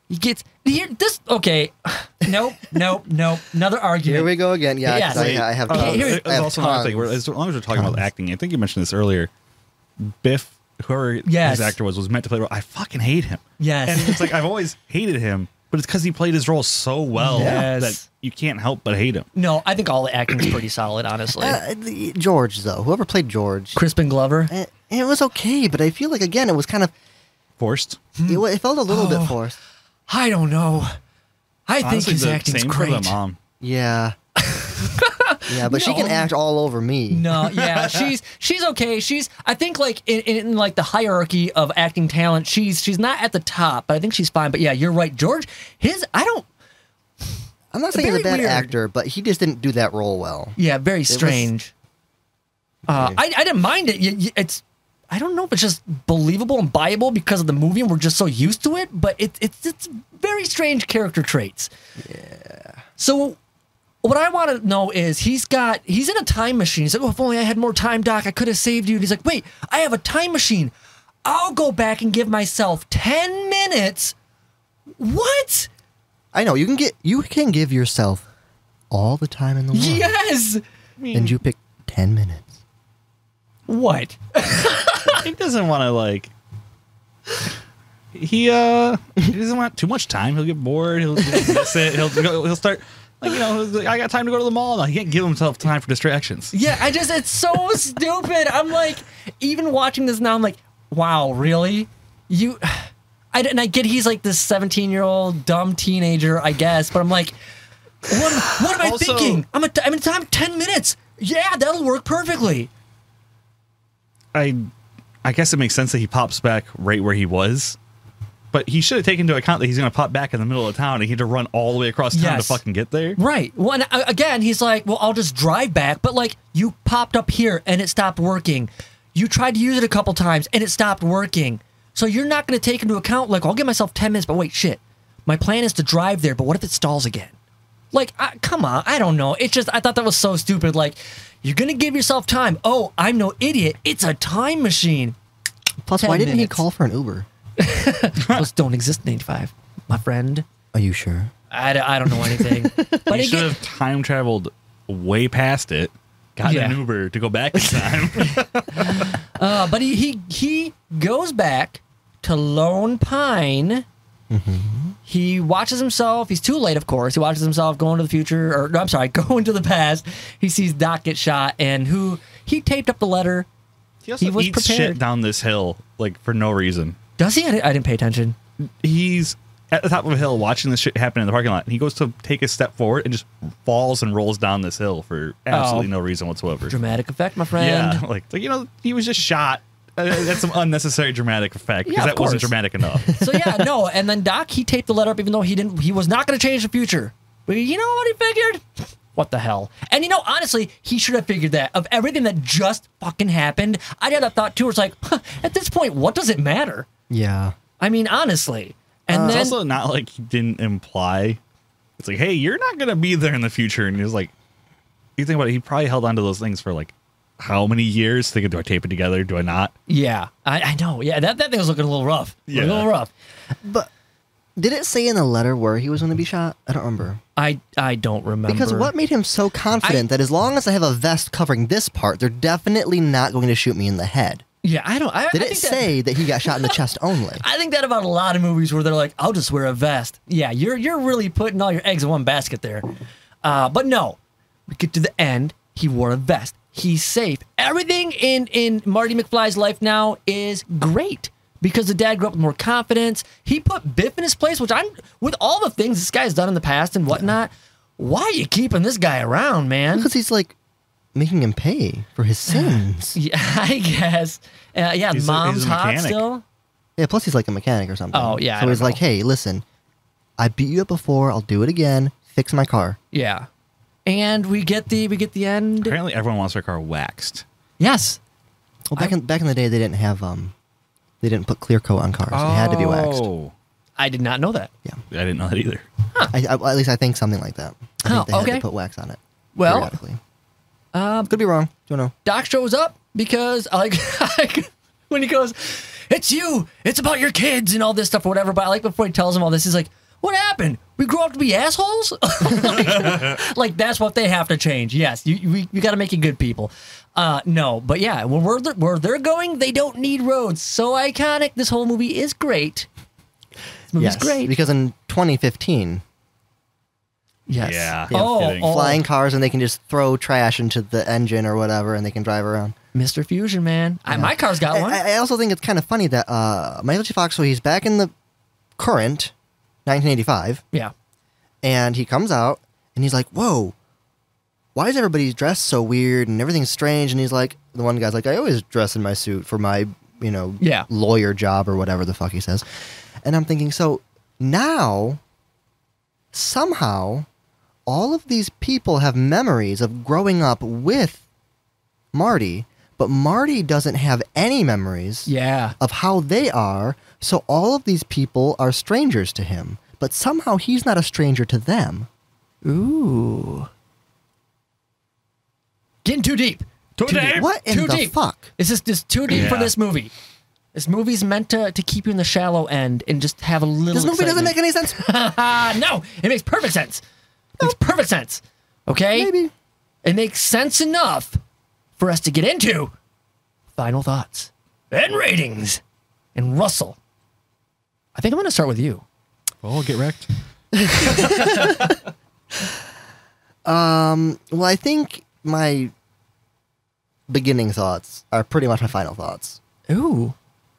A: He gets here. This okay? Nope, nope, nope. Another argument.
D: Here we go again. Yeah,
A: Yes.
D: 'cause I, I have.
C: Uh,
D: tons.
A: here-
D: I
C: there's
D: have
C: also another thing. Where,
D: tons.
C: as long as we're talking about acting, I think you mentioned this earlier. Biff, whoever
A: Yes.
C: his actor was, was meant to play. the role. I fucking hate him.
A: Yes.
C: and it's like I've always hated him, but it's because he played his role so well
A: Yes.
C: that you can't help but hate him.
A: No, I think all the acting's pretty solid, honestly.
D: Uh, the- George though, whoever played George,
A: Crispin Glover.
D: eh, it was okay, but I feel like again it was kind of
C: Forced.
D: it, wa- it felt a little
A: Oh.
D: bit forced.
A: I don't know. I think
C: Honestly,
A: his
C: the
A: acting's
C: same
A: great.
C: for the mom.
D: Yeah. yeah, but she can
A: No.
D: act all over me.
A: No, yeah, she's she's okay. She's I think like in, in, in, like the hierarchy of acting talent, she's she's not at the top, but I think she's fine. But yeah, you're right, George. His I don't.
D: I'm not saying he's
A: Very
D: a bad
A: weird.
D: actor, but he just didn't do that role well.
A: Yeah, very
D: was-
A: strange. uh, I I didn't mind it. Y- y- It's I don't know if it's just believable and buyable because of the movie, and we're just so used to it. But it, it's it's very strange character traits. So what I want to know is he's got he's in a time machine. He's like, "Oh, if only I had more time, Doc, I could have saved you." And he's like, "Wait, I have a time machine. I'll go back and give myself ten minutes." What?
D: I know you can get you can give yourself all the time in the world,
A: Yes.
D: and you pick ten minutes.
A: What?
C: he doesn't want to like. He uh, he doesn't want too much time. He'll get bored. He'll, he'll miss it. He'll go- he'll start like you know. he's like, I got time to go to the mall. Like, he can't give himself time for distractions.
A: Yeah, I just it's so stupid. I'm like, even watching this now, I'm like, wow, really? You, I and I get he's like this 17 year old dumb teenager, I guess, but I'm like, what? What am I
C: Also-
A: thinking? I'm a, I'm in time 10 minutes. Yeah, that'll work perfectly.
C: I I guess it makes sense that he pops back right where he was. But he should have taken into account that he's going to pop back in the middle of town and he had to run all the way across town
A: Yes.
C: to fucking get there.
A: Right. Well, and uh, again, he's like, well, I'll just drive back, but like, you popped up here and it stopped working. You tried to use it a couple times and it stopped working. So you're not going to take into account, like, I'll give myself 10 minutes, but wait, shit. My plan is to drive there, but what if it stalls again? Like, I, come on, I don't know. It's just, I thought that was so stupid. Like, you're going to give yourself time. Oh, I'm no idiot. It's a time machine.
D: Plus,
A: 10
D: why didn't
A: minutes.
D: he call for an Uber?
A: Those don't exist in 85, my friend.
D: Are you sure?
A: I, d- I don't know anything. But again,
C: He should have time traveled way past it, got
A: Yeah.
C: an Uber to go back in time.
A: Uh, but he, he he goes back to Lone Pine. He watches himself. He's too late, of course. He watches himself going to the future, or no, I'm sorry, going to the past. He sees Doc get shot, and who he taped up the letter.
C: he also
A: He was
C: eats
A: prepared.
C: shit down this hill, like for no reason.
A: Does he? I didn't, I didn't pay attention.
C: He's at the top of a hill watching this shit happen in the parking lot and he goes to take a step forward and just falls and rolls down this hill for absolutely
A: Oh.
C: no reason whatsoever.
A: Dramatic effect, my friend.
C: Yeah, like, like you know, he was just shot. Uh, That's some unnecessary dramatic effect because
A: Yeah, of
C: that wasn't
A: course.
C: dramatic enough.
A: So yeah, no. And then Doc he taped the letter up, even though he didn't. He was not going to change the future. But you know what he figured? What the hell? And you know, honestly, he should have figured that. Of everything that just fucking happened, I had a thought too. It's like, huh, at this point, what does it matter?
D: Yeah.
A: I mean, honestly.
D: Uh,
A: And
C: it's
A: then
C: also not like he didn't imply. It's like, hey, you're not gonna be there in the future, and he was like, you think about it. He probably held on to those things for like how many years? Thinking, do I tape it together? Do I not?
A: yeah, I, I know. Yeah, that, that thing was looking a little rough. Yeah. A
C: Yeah.
A: little rough.
D: But did it say in the letter where he was going to be shot? I don't remember.
A: I I don't remember
D: Because what made him so confident that as long as I have a vest covering this part, they're definitely not going to shoot me in the head?
A: Yeah, I don't. I,
D: Did
A: I
D: it
A: think that-
D: say that he got shot in the chest only?
A: I think that about a lot of movies where they're like, "I'll just wear a vest." Yeah, you're you're really putting all your eggs in one basket there. Uh, but no, We get to the end. He wore a vest. He's safe. Everything in in Marty McFly's life now is great because the dad grew up with more confidence. He put Biff in his place, which I'm with all the things this guy's done in the past and whatnot. Why are you keeping this guy around, man?
D: Because he's like making him pay for his sins.
A: Yeah, I guess. Uh, yeah,
C: He's a-
A: mom's
C: he's a
A: hot
C: mechanic.
A: still.
D: yeah, plus he's like a mechanic or something.
A: Oh, yeah, I
D: So
A: don't
D: he's like,
A: know.
D: hey, listen, I beat you up before. I'll do it again. Fix my car.
A: Yeah, and we get the we get the end.
C: Apparently, everyone wants their car waxed.
A: Yes.
D: Well, back in back in the day, they didn't have um, they didn't put clear coat on cars. It had to be waxed.
C: Oh.
A: I did not know that.
C: I didn't know that either.
D: I, I, at least I think something like that. I
A: Oh,
D: think they had
A: okay.
D: to put wax on it.
A: Well-
D: periodically. Um, could be wrong. Don't know.
A: Doc shows up because I like, like when he goes, "It's you. It's about your kids and all this stuff or whatever." But I like before he tells him all this, he's like, "What happened? We grow up to be assholes." like, like, that's what they have to change. Yes, you you- we, you got to make it good people. Uh, no, but yeah, when we're where they're going, they don't need roads. So iconic. This whole movie is great. This movie's great.
D: Because in 2015,
A: yes.
C: Yeah, no
A: Oh,
C: kidding.
A: oh,
D: flying cars and they can just throw trash into the engine or whatever, and they can drive around.
A: Mr. Fusion, man. I, my car's got
D: I,
A: one.
D: I- I also think it's kind of funny that uh, Michael J. Fox, so he's back in the current 1985,
A: yeah.
D: and he comes out and he's like, "Whoa, why is everybody dressed so weird and everything's strange?" And he's like, "The one guy's like, I always dress in my suit for my, you know,
A: Yeah.
D: lawyer job or whatever the fuck he says." And I'm thinking, so now somehow all of these people have memories of growing up with Marty, but Marty doesn't have any memories
A: Yeah.
D: of how they are, so all of these people are strangers to him, but somehow he's not a stranger to them.
A: Ooh. Getting too deep. Too,
C: deep.
D: What in
A: too
D: the
A: deep.
D: fuck?
A: This is this too deep for
C: Yeah.
A: this movie. This movie's meant to, to keep you in the shallow end and just have a little.
D: This movie doesn't make
A: excitement.
D: any sense.
A: Ah, no, it makes perfect sense. It makes perfect sense. Okay,
D: Maybe.
A: it makes sense enough for us to get into final thoughts and ratings. And Russell, I think I'm going to start with you.
C: Oh, get wrecked.
D: Well, I think my beginning thoughts are pretty much my final thoughts.
A: Ooh,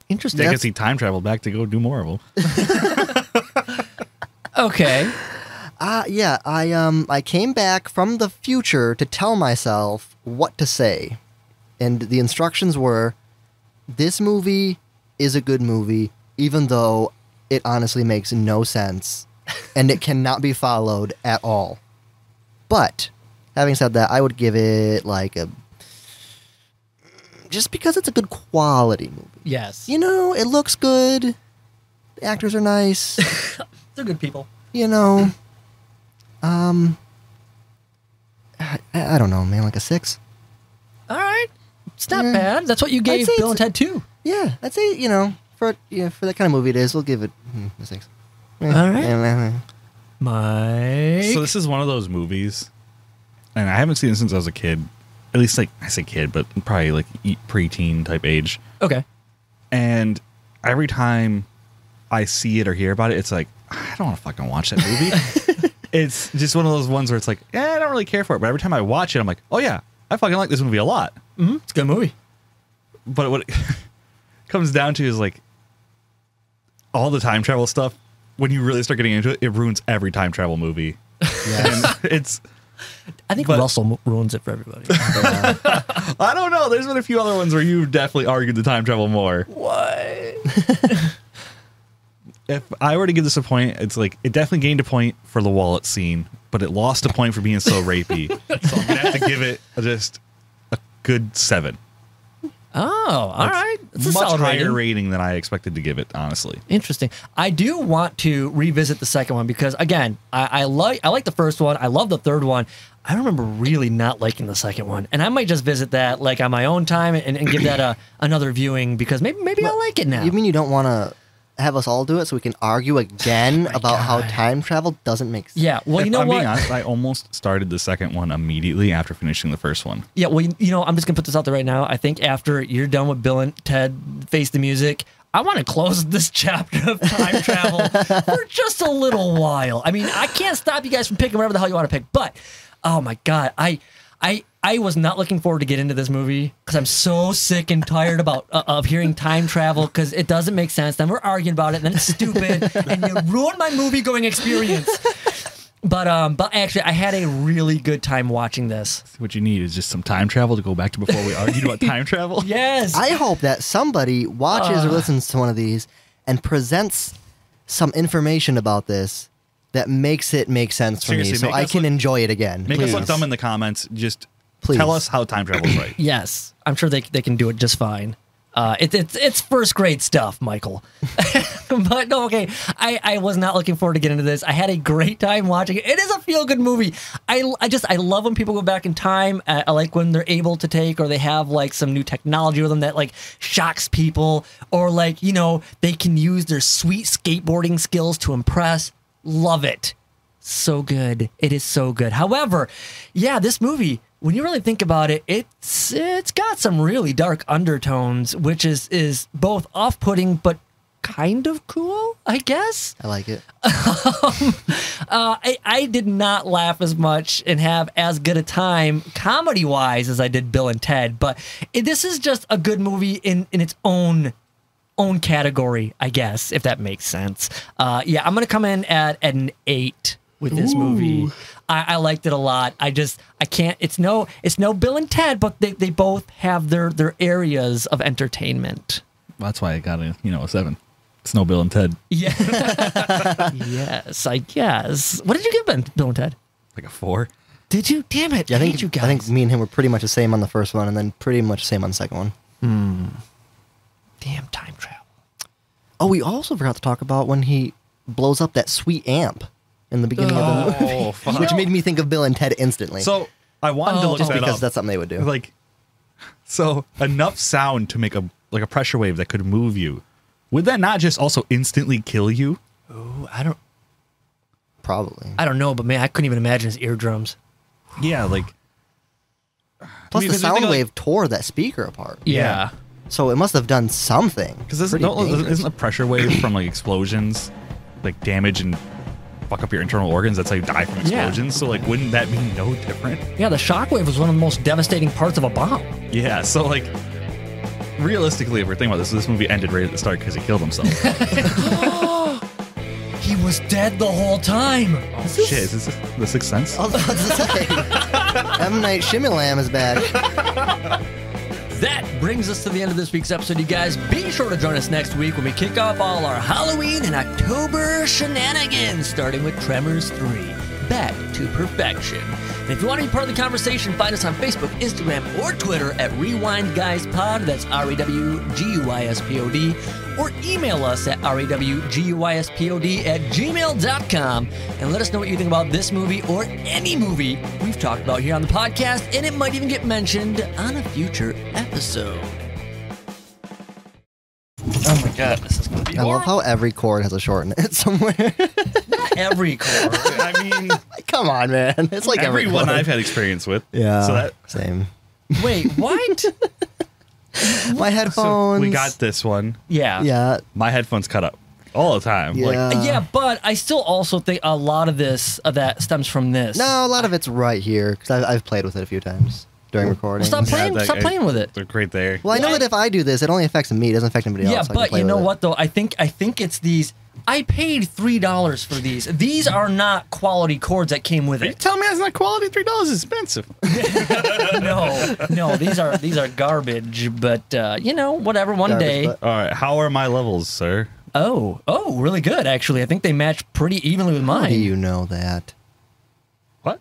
A: interesting.
C: I guess he time traveled back to go do more of them.
A: Okay.
D: Uh, yeah, I um I came back from the future to tell myself what to say. And the instructions were this movie is a good movie even though it honestly makes no sense and it cannot be followed at all. But having said that, I would give it like a just because it's a good quality movie.
A: Yes.
D: You know, it looks good. The actors are nice
A: They're good people.
D: you know, um, I, I don't know, man, like a six.
A: All right. It's not bad. That's what you gave
D: say
A: Bill and
D: it's-
A: Ted 2.
D: Yeah, I'd say you know for you know, for that kind of movie it is. We'll give it hmm, a six. Eh,
A: All right.
D: eh, eh, eh.
A: Mike.
C: So this is one of those movies, and I haven't seen it since I was a kid. At least, like I say, kid, but probably like e- preteen type age.
A: okay.
C: And every time I see it or hear about it, it's like I don't want to fucking watch that movie. it's just one of those ones where it's like, eh, I don't really care for it. But every time I watch it, I'm like, oh yeah, I fucking like this movie a lot.
A: It's a good movie.
C: But what it comes down to is like all the time travel stuff. When you really start getting into it, it ruins every time travel movie.
D: Yes.
C: It's
A: I think
C: But-
A: Russell m- ruins it for everybody.
D: Yeah.
C: I don't know. There's been a few other ones where you've definitely argued the time travel more.
A: what?
C: If I were to give this a point, it's like it definitely gained a point for the wallet scene, but it lost a point for being so rapey. so I'm gonna have to give it a- just a good seven.
A: Oh, all right. It's a
C: Much
A: solid
C: higher
A: rating.
C: rating. than I expected to give it. Honestly,
A: Interesting. I do want to revisit the second one because again, I, I like I like the first one. I love the third one. I remember really not liking the second one, and I might just visit that like on my own time and, and give that a another viewing because maybe maybe I'll like it now.
D: you mean you don't want to have us all do it so we can argue again
A: Oh
D: about how time travel doesn't make sense?
A: yeah. Well,
C: If
A: you know
C: I'm
A: what?
C: being honest, I almost started the second one immediately after finishing the first one.
A: Yeah, well, you- you know, I'm just gonna put this out there right now. I think after you're done with Bill and Ted Face the Music, I want to close this chapter of time travel for just a little while. I mean, I can't stop you guys from picking whatever the hell you want to pick, but Oh my god, I, I, I was not looking forward to get into this movie because I'm so sick and tired about uh, of hearing time travel because it doesn't make sense. Then we're arguing about it, and then it's stupid, and you ruined my movie going experience. But um, but actually, I had a really good time watching this.
C: What you need is just some time travel to go back to before we argued about time travel.
A: Yes,
D: I hope that somebody watches or listens to one of these and presents some information about this that makes it make sense for me
C: Seriously,
D: so
C: make
D: I
C: us
D: can
C: look-
D: enjoy it again.
C: Make us
D: please.
C: look dumb in the comments. Just
D: Please.
C: tell us how time travel is right.
A: yes, I'm sure they they can do it just fine. Uh, it, it's it's first grade stuff, Michael. but no, okay. I, I was not looking forward to getting into this. I had a great time watching it. It is a feel good movie. I, I just I love when people go back in time. I, I like when they're able to take or they have like some new technology with them that like shocks people or like you know they can use their sweet skateboarding skills to impress. Love it. So good. It is so good. However, yeah, this movie. When you really think about it, it's it's got some really dark undertones, which is is both off-putting but kind of cool, I guess.
D: I like it.
A: Uh, I, I did not laugh as much and have as good a time comedy wise as I did Bill and Ted, but it, this is just a good movie in, in its own own category, I guess, if that makes sense. Uh, yeah, I'm gonna come in at, at an eight with this movie. I, I liked it a lot. I just I can't. It's no it's no Bill and Ted, but they, they both have their their areas of entertainment.
C: That's why I got a you know a seven. Snow Bill and Ted
A: Yeah. yes, I guess. What did you give Ben Bill and Ted?
C: like a four.
A: Did you? Damn it!
D: Yeah, I think
A: hate you guys.
D: I think me and him were pretty much the same on the first one, and then pretty much the same on the second one.
A: Damn time travel.
D: Oh, we also forgot to talk about when he blows up that sweet amp in the beginning of the movie,
C: Oh, fuck.
D: which made me think of Bill and Ted instantly.
C: So I wanted to
A: Oh,
C: look
A: just
C: that
D: because
C: up.
D: that's something they would do.
C: like so enough sound to make a like a pressure wave that could move you. Would that not just also instantly kill you?
A: I don't.
D: Probably.
A: I don't know, but man, I couldn't even imagine his eardrums.
C: Yeah, like mean,
D: Plus, the
C: 'cause you think
D: sound
C: of-
D: wave tore that speaker apart.
A: Yeah.
D: So it must have done something.
C: because isn't,
D: Pretty
C: don't-
D: dangerous.
C: isn't a pressure wave from like explosions like damage and fuck up your internal organs? That's how you die from
A: Yeah.
C: explosions. So like, wouldn't that be no different?
A: yeah, The shockwave was one of the most devastating parts of a bomb.
C: Yeah. So like, realistically, if we're thinking about this, this movie ended right at the start because he killed himself.
A: He was dead the whole time.
C: Shit, is this the sixth sense?
D: I was about to say. M. Night Shyamalan is back.
A: That brings us to the end of this week's episode, you guys. Be sure to join us next week when we kick off all our Halloween and October shenanigans, starting with Tremors 3 Back to Perfection. And if you want to be part of the conversation, find us on Facebook, Instagram, or Twitter at Rewind Guys Pod. That's R E W G U I S P O D. Or email us at R E W G U I S P O D at gmail.com and let us know what you think about this movie or any movie we've talked about here on the podcast, and it might even get mentioned on a future episode. Oh my god, this is gonna be
D: I love
A: horrible.
D: how every chord has a short in it somewhere.
A: every chord.
C: I mean,
D: Come on, man. It's like every
C: everyone
D: chord.
C: I've had experience with.
D: Yeah.
C: So that
D: same.
A: Wait, what?
D: My
C: so
D: headphones.
C: we got this one.
A: Yeah.
D: Yeah.
C: My headphones cut up all the time. Like,
D: Yeah.
A: yeah, but I still also think a lot of this uh, that stems from this.
D: No, a lot of it's right here because I've played with it a few times during recording.
A: stop playing.
C: that-
A: stop playing with it.
C: they're great there.
D: Well, I know that if I do this, it only affects me. It doesn't affect anybody
A: Yeah,
D: else. so I can
A: but
D: play
A: you
D: with
A: know
D: it.
A: what though? I think I think it's these. I paid three dollars for these. These are not quality cords that came with
C: Are you
A: it.
C: telling me that's not quality? Three dollars is expensive.
A: No, no, these are these are garbage. But uh, you know, whatever. One
D: Garbage,
A: day.
D: but-
C: all right. How are my levels, sir?
A: Oh, oh, really good actually. I think they match pretty evenly with
D: How do
A: mine.
D: you know that?
C: What?